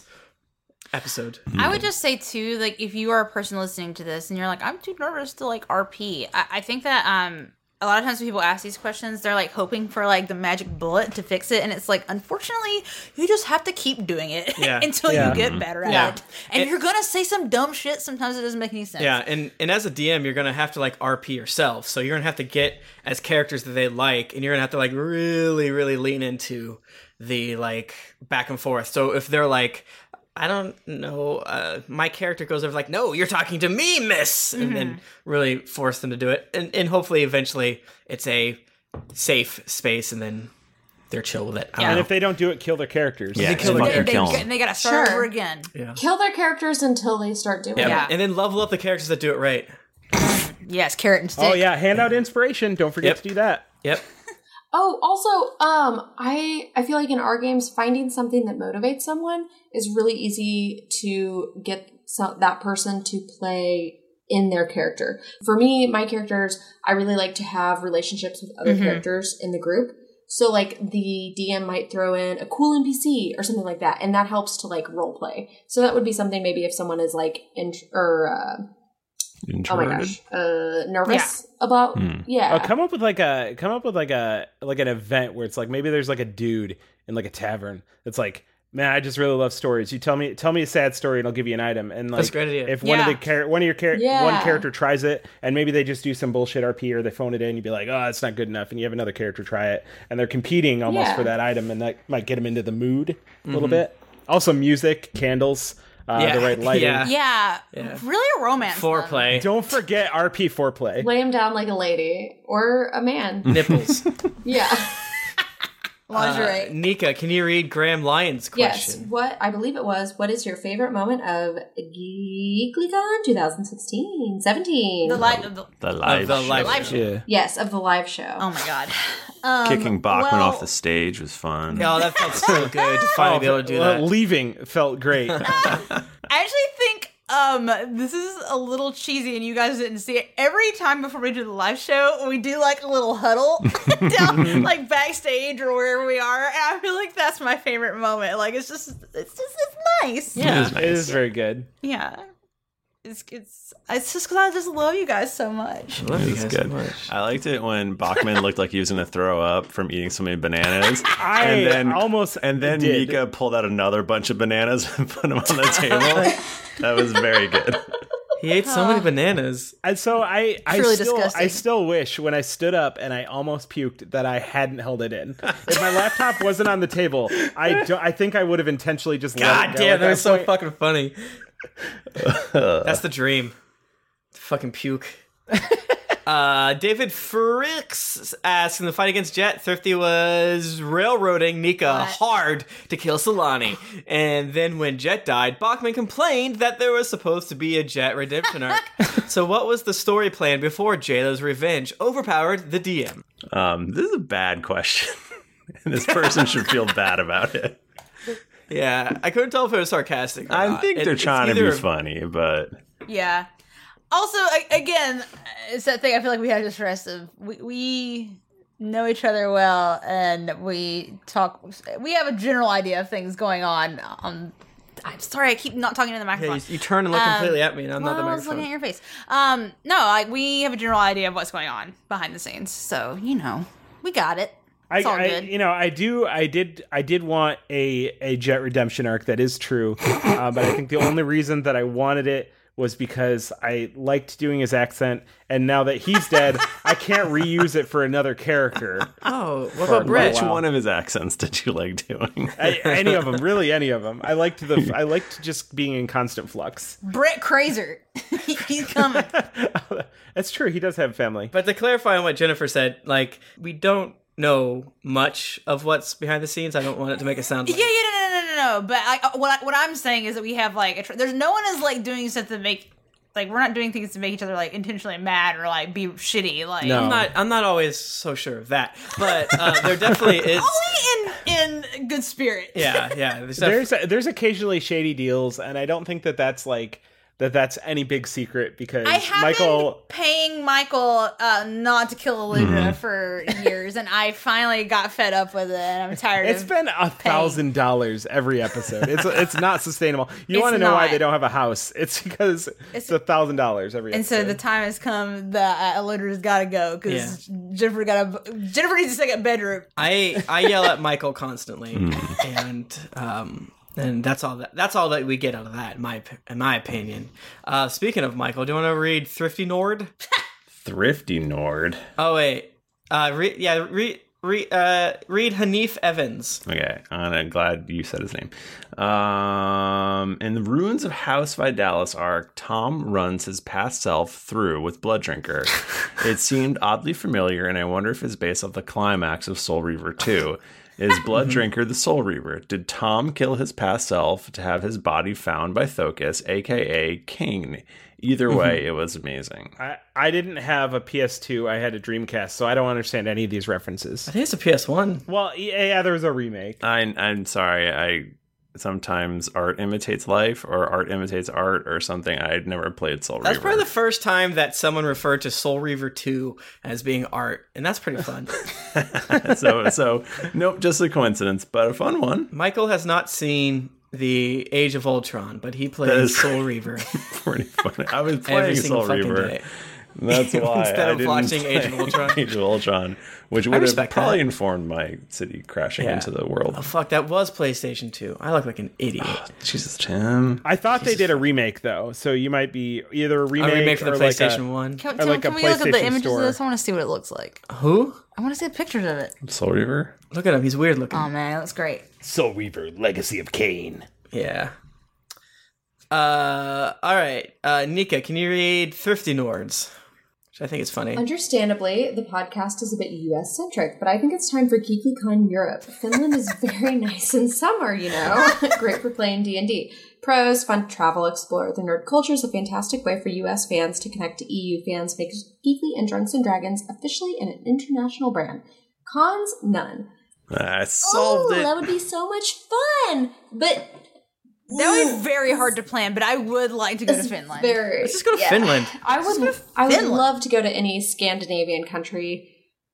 S2: episode.
S3: I would just say too, like if you are a person listening to this and you're like, I'm too nervous to like RP. I, I think that um a lot of times when people ask these questions, they're like hoping for like the magic bullet to fix it, and it's like unfortunately you just have to keep doing it
S2: Yeah.
S3: until
S2: Yeah.
S3: you get
S2: Mhm.
S3: better at
S2: Yeah.
S3: it. And you're gonna say some dumb shit sometimes it doesn't make any sense.
S2: Yeah, and and as a DM, you're gonna have to like RP yourself. So you're gonna have to get as characters that they like, and you're gonna have to like really, really lean into the like back and forth. So if they're like, I don't know, uh, my character goes over like, no, you're talking to me, miss, and then really force them to do it, and and hopefully eventually it's a safe space, and then they're chill with it. I don't
S5: And
S2: know.
S5: if they don't do it, kill their characters.
S2: Yeah, They kill just their fucking characters. kill 'em.
S3: And they gotta start
S4: Sure.
S3: over again.
S2: Yeah.
S4: Kill their characters until they start doing
S2: Uh-huh. yeah.
S4: it.
S2: and then level up the characters that do it right.
S3: Yes, carrot and
S5: Oh yeah, hand out inspiration. Don't forget
S2: Yep.
S5: to do that.
S2: Yep.
S4: Oh, also, um, I I feel like in our games, finding something that motivates someone is really easy to get some, that person to play in their character. For me, my characters, I really like to have relationships with other
S17: Mhm.
S4: characters in the group. So like the DM might throw in a cool NPC or something like that, and that helps to like role play. So that would be something maybe if someone is like in or uh, oh my gosh, uh, nervous about yeah.
S5: Oh, come up with like a come up with like a like an event where it's like maybe there's like a dude in like a tavern that's like, man, I just really love stories. You tell me tell me a sad story and I'll give you an item. And like
S2: That's a great idea.
S5: if one of
S2: Yeah.
S5: the char- one of your char- one
S2: Yeah.
S5: character tries it and maybe they just do some bullshit RP or they phone it in, you'd be like, oh, it's not good enough, and you have another character try it, and they're competing almost
S2: Yeah.
S5: for that item, and that might get them into the mood a little
S2: Mhm.
S5: bit. Also, music, candles, uh,
S2: Yeah.
S5: the right lighting,
S2: Yeah.
S3: Yeah.
S5: Yeah.
S3: Really a romance.
S2: foreplay.
S5: Don't forget RP foreplay.
S4: Lay him down like a lady or a man.
S2: Nipples.
S4: Yeah.
S2: Uh, Nika, can you read Graham Lyons'
S4: yes.
S2: question?
S4: What I believe it was. What is your favorite moment of GeeklyCon 2016, 17?
S3: The live, the,
S1: The live,
S2: the live
S1: show.
S2: show.
S1: Yeah.
S4: Yes, of the live show. Oh
S3: my god. Um,
S1: Kicking Bachman
S3: well-
S1: off the stage was fun.
S2: No, Oh, that felt so good to finally be able to do
S5: well,
S2: that.
S5: Leaving felt great.
S3: I actually think um this is a little cheesy and you guys didn't see it. Every time before we do the live show, we do like a little huddle down like backstage or wherever we are. And I feel like that's my favorite moment. Like it's just it's just it's nice.
S5: it is very good.
S3: Yeah. It's it's it's just because I just love you guys so much.
S2: I love you
S1: This is
S2: guys so
S1: good.
S2: much.
S1: I liked it when Bachman looked like he was gonna throw up from eating so many bananas.
S5: I
S1: and then
S5: almost
S1: and then
S5: did.
S1: Mika pulled out another bunch of bananas and put them on the table. that was very good.
S2: He ate so many bananas.
S5: And so I, I
S2: Truly
S5: still, I
S2: disgusting.
S5: still wish when I stood up and I almost puked that I hadn't held it in. If my laptop wasn't on the table, I don't, I think I would have intentionally just. let
S2: God
S5: it go
S2: damn,
S5: at
S2: that was so
S5: point.
S2: fucking funny. That's the dream. Fucking puke. uh, David Fricks asks in the fight against Jet, Thrifty was railroading Nika hard to kill Solani. And then when Jet died, Bachman complained that there was supposed to be a Jet redemption arc. so, what was the story plan before Jayla's revenge overpowered the DM?
S1: Um, this is a bad question. and this person should feel bad about it.
S2: Yeah, I couldn't tell if it was sarcastic. or
S1: I
S2: not.
S1: think
S2: It-
S1: they're
S2: it's
S1: trying to be
S2: either-
S1: funny, but
S3: Yeah. Also, a- again, it's that thing I feel like we had to stress of we, we know each other well and we talk. We have a general idea of things going on. Um, I'm sorry, I keep not talking to the
S2: Yeah,
S3: microphone.
S2: you, you turn and look
S3: Um,
S2: completely at me, and I'm not the
S3: well, I was
S2: microphone.
S3: looking at your face. Um, no, like we have a general idea of what's going on behind the scenes, so you know we got it.
S5: I,
S3: It's all
S5: I-
S3: good.
S5: you know, I do, I did, I did want a a Jet redemption arc that is true, uh, but I think the only reason that I wanted it was because I liked doing his accent, and now that he's dead, I can't reuse it for another character.
S2: Oh,
S5: what about Brett?
S1: Which one of his accents did you like doing?
S5: I, any of them, really, any of them. I liked the, I liked just being in constant flux.
S3: Brett Crazer, he's coming.
S5: That's true. He does have family.
S2: But to clarify on what Jennifer said, like we don't know much of what's behind the scenes. I don't want it to make it sound
S3: Yeah,
S2: like
S3: yeah, no, no, no, no, no. But I, uh, what I, what I'm saying is that we have like a tr- there's no one is like doing stuff to make like we're not doing things to make each other like intentionally mad or like be shitty. Like
S2: I'm not. I'm not always so sure of that. But uh, there definitely is.
S3: in in good spirit.
S2: Yeah, yeah. There's,
S5: there's there's occasionally shady deals, and I don't think that that's like that that's any big secret because
S3: I haven't
S5: Michael. Mm-hmm.
S3: paying Michael uh, not to kill Olivia for years, and I finally got fed up with it. and I'm tired.
S5: It's
S3: of
S5: been a thousand dollars every episode. It's it's not sustainable. You
S3: It's
S5: want to know why
S3: not.
S5: they don't have a house? It's because it's a thousand dollars every.
S3: And so the time has come that uh, Elodra's got to go because Jennifer got to Jennifer needs a second bedroom.
S2: I I yell at Michael constantly, and um, and that's all that that's all that we get out of that. In my op- in my opinion. Uh, speaking of Michael, do you want to read Thrifty Nord?
S1: Thrifty Nord.
S2: Oh wait, uh, re- yeah, re- re- uh, read Hanif Evans.
S1: Okay, I'm glad you said his name. Um, in the ruins of House Vidalis arc, Tom runs his past self through with Blood Drinker. it seemed oddly familiar, and I wonder if it's based off the climax of Soul Reaver 2. Is Blood
S7: Mhm.
S1: Drinker the Soul Reaver? Did Tom kill his past self to have his body found by Thokus, aka King? Either way, it was amazing.
S5: I, I didn't have a PS2. I had a Dreamcast, so I don't understand any of these references. I
S2: think it's a PS1.
S5: Well, yeah, yeah there was a remake.
S1: I, I'm sorry. I sometimes art imitates life, or art imitates art, or something. I'd never played Soul
S2: That's
S1: Reaver.
S2: probably the first time that someone referred to Soul Reaver 2 as being art, and that's pretty fun.
S1: so, so nope, just a coincidence, but a fun one.
S2: Michael has not seen the Age of Ultron, but he
S1: That
S2: plays
S1: is
S2: Soul Reaver.
S1: Pretty funny. I was
S2: Every
S1: playing
S2: single
S1: Soul
S2: fucking
S1: Reaver.
S2: day.
S1: That's why
S2: Instead
S1: I
S2: of
S1: didn't
S2: watching
S1: play
S2: Age of Ultron.
S1: Age of Ultron, which
S2: I
S1: would have
S2: respect that.
S1: probably informed my city crashing
S2: Yeah.
S1: into the world.
S2: Oh fuck, that was PlayStation 2. I look like an idiot.
S1: Jesus, Tim.
S5: I thought they did a remake though, so you might be either a remake,
S2: remake for the
S5: or like a-
S2: PlayStation 1.
S3: Can,
S5: or
S3: can-
S5: like
S3: can
S5: a
S3: we look at the
S5: PlayStation
S3: images
S5: store.
S3: of this? I want to see what it looks like.
S2: Who?
S3: I want to see pictures of it.
S1: Soul Reaver.
S2: Look at him. He's weird looking.
S3: Oh man, it looks great.
S5: Soul Reaver: Legacy of Cain.
S2: Yeah. Uh, all right. Uh, Nika, can you read Thrifty Nords? Which I think is funny.
S4: Understandably, the podcast is a bit US centric, but I think it's time for GeekyCon Europe. Finland is very nice in summer, you know. Great for playing D&D. Pros, fun to travel, explore the nerd culture is a fantastic way for US fans to connect to EU fans, makes Geekly and Drunks and Dragons officially an international brand. Cons, none.
S1: I solved
S4: Ooh,
S1: it.
S4: that would be so much fun! But
S3: That would be very hard to plan, but I would like to go to Finland.
S4: very- Let's just go to yeah. Finland. I would I would love to go to any Scandinavian country.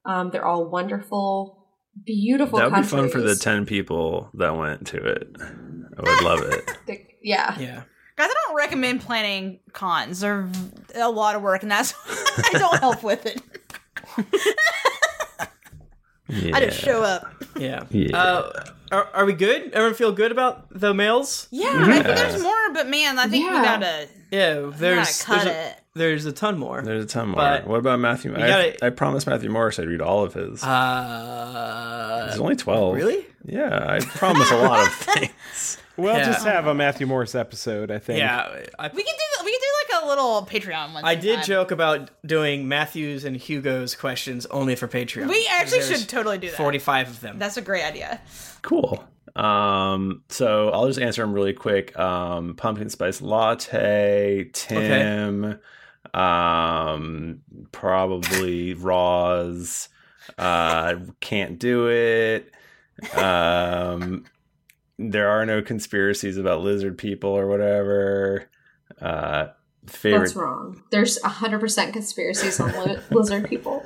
S4: Um, they're all wonderful, beautiful
S1: That would be
S4: countries.
S1: fun for the ten people that went to it. I would love it.
S4: The- yeah.
S2: Yeah.
S3: Guys, I don't recommend planning cons. They're a lot of work, and that's I don't help with it. I just show up.
S2: Yeah.
S3: Yeah.
S2: Uh, are, are we good? Everyone feel good about the males?
S3: Yeah, I think there's more, but man, I think we gotta.
S2: Yeah, there's
S3: gotta cut
S2: there's a,
S3: it.
S2: there's a ton more.
S1: There's a ton more.
S2: But
S1: what about Matthew? I,
S2: you gotta-
S1: I promised Matthew Morris I'd read all of his.
S2: Uh,
S1: There's only 12.
S2: Really?
S1: Yeah, I promise a lot of things.
S5: We'll
S1: Yeah.
S5: just have a Matthew Morris episode, I think.
S2: Yeah, I,
S3: We can do we can do like a little Patreon one.
S2: I did
S3: sometime.
S2: joke about doing Matthews and Hugo's questions only for Patreon.
S3: We actually
S2: There's
S3: should totally do that.
S2: 45 of them.
S3: That's a great idea.
S1: Cool. Um, so I'll just answer them really quick. Um, pumpkin spice latte, Tim, um, probably Raws, uh, can't do it. Um, there are no conspiracies about lizard people or whatever. Uh, favorite.
S4: That's wrong. There's 100% conspiracies on li- lizard people.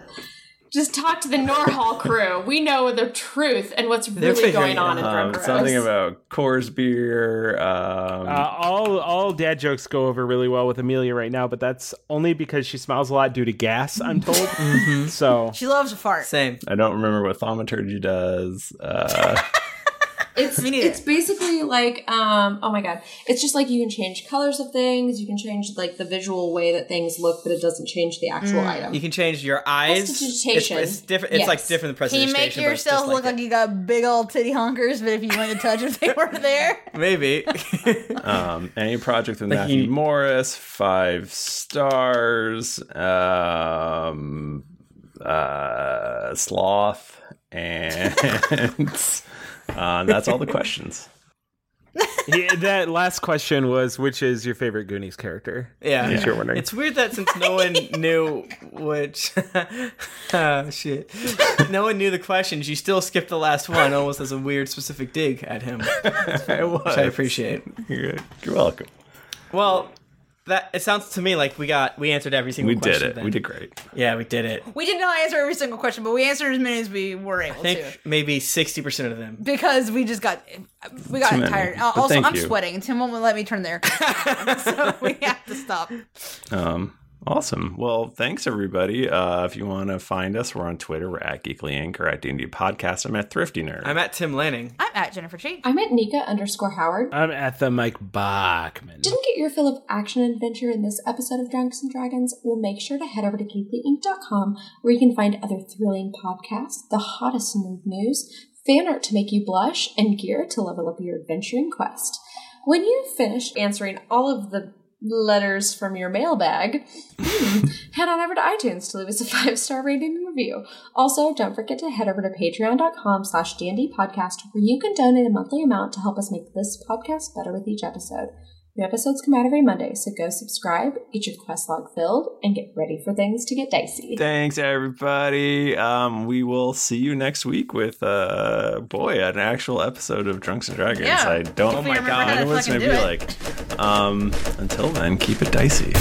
S4: Just talk to the Norhall crew. We know the truth and what's really going on in
S1: Um,
S4: Drumrose.
S1: something about Coors beer. Um,
S5: Uh, all all dad jokes go over really well with Amelia right now, but that's only because she smiles a lot due to gas, I'm told.
S2: Mm-hmm.
S5: So
S3: She loves to fart.
S2: Same.
S1: I don't remember what thaumaturgy does. Uh,
S4: It's it's basically like um oh my god. It's just like you can change colors of things, you can change like the visual way that things look, but it doesn't change the actual item.
S2: You can change your eyes. It's,
S4: Prestidigitation.
S2: it's different. It's like
S4: Yes.
S2: different than
S3: Can you make
S2: presentation. but it's just
S3: yourself
S2: like
S3: look like you got big old titty honkers, but if you went to touch if they were there,
S2: Maybe.
S1: um, any project with
S2: Like
S1: Matthew
S2: you-
S1: Morris, five stars. Um, uh, sloth, and uh, that's all the questions.
S5: yeah, that last question was which is your favorite Goonies character?
S2: Yeah.
S5: If you're wondering.
S2: It's weird that since no one knew which oh shit. No one knew the questions, you still skipped the last one almost as a weird specific dig at him. Which I appreciate.
S1: You're, you're welcome.
S2: Well, that it sounds to me like we got we answered every single
S1: We
S2: question.
S1: did it.
S2: then.
S1: We did great.
S2: Yeah, we did it.
S3: we did not answer every single question, but we answered as many as we were able
S2: I
S3: to.
S2: think maybe sixty percent of them.
S3: Because we just got we got
S2: Too many.
S3: tired. Uh,
S2: But
S3: also,
S2: thank
S3: I'm
S2: you.
S3: sweating. Tim won't let me turn there, so we have to stop.
S1: Um, awesome. Well, thanks everybody. Uh, if you want to find us, we're on Twitter. We're at Geekly Inc. or at D&D Podcast. I'm at Thrifty Nerd.
S2: I'm at Tim Lanning.
S3: I'm at Jennifer Cheek.
S4: I'm at Nika underscore Howard.
S5: I'm at the Mike Bachman.
S4: Didn't get your fill of action and adventure in this episode of Drunks and Dragons? Well, make sure to head over to geeklyinc.com where you can find other thrilling podcasts, the hottest nerd news, fan art to make you blush, and gear to level up your adventuring quest. When you finish answering all of the letters from your mailbag, hmm, head on over to iTunes to leave us a five-star rating and review. Also, don't forget to head over to patreon.com slash D&D podcast where you can donate a monthly amount to help us make this podcast better with each episode. New episodes come out every Monday, so go subscribe, get your quest log filled, and get ready for things to get dicey.
S1: Thanks, everybody. Um, we will see you next week with, uh, boy, an actual episode of Drunks and Dragons.
S4: Yeah.
S1: I don't,
S4: Oh my Hopefully I
S1: I
S4: remember
S1: don't know what it's
S4: how
S1: going to
S4: to
S1: be
S4: fucking
S1: like. Um, until then, keep it dicey.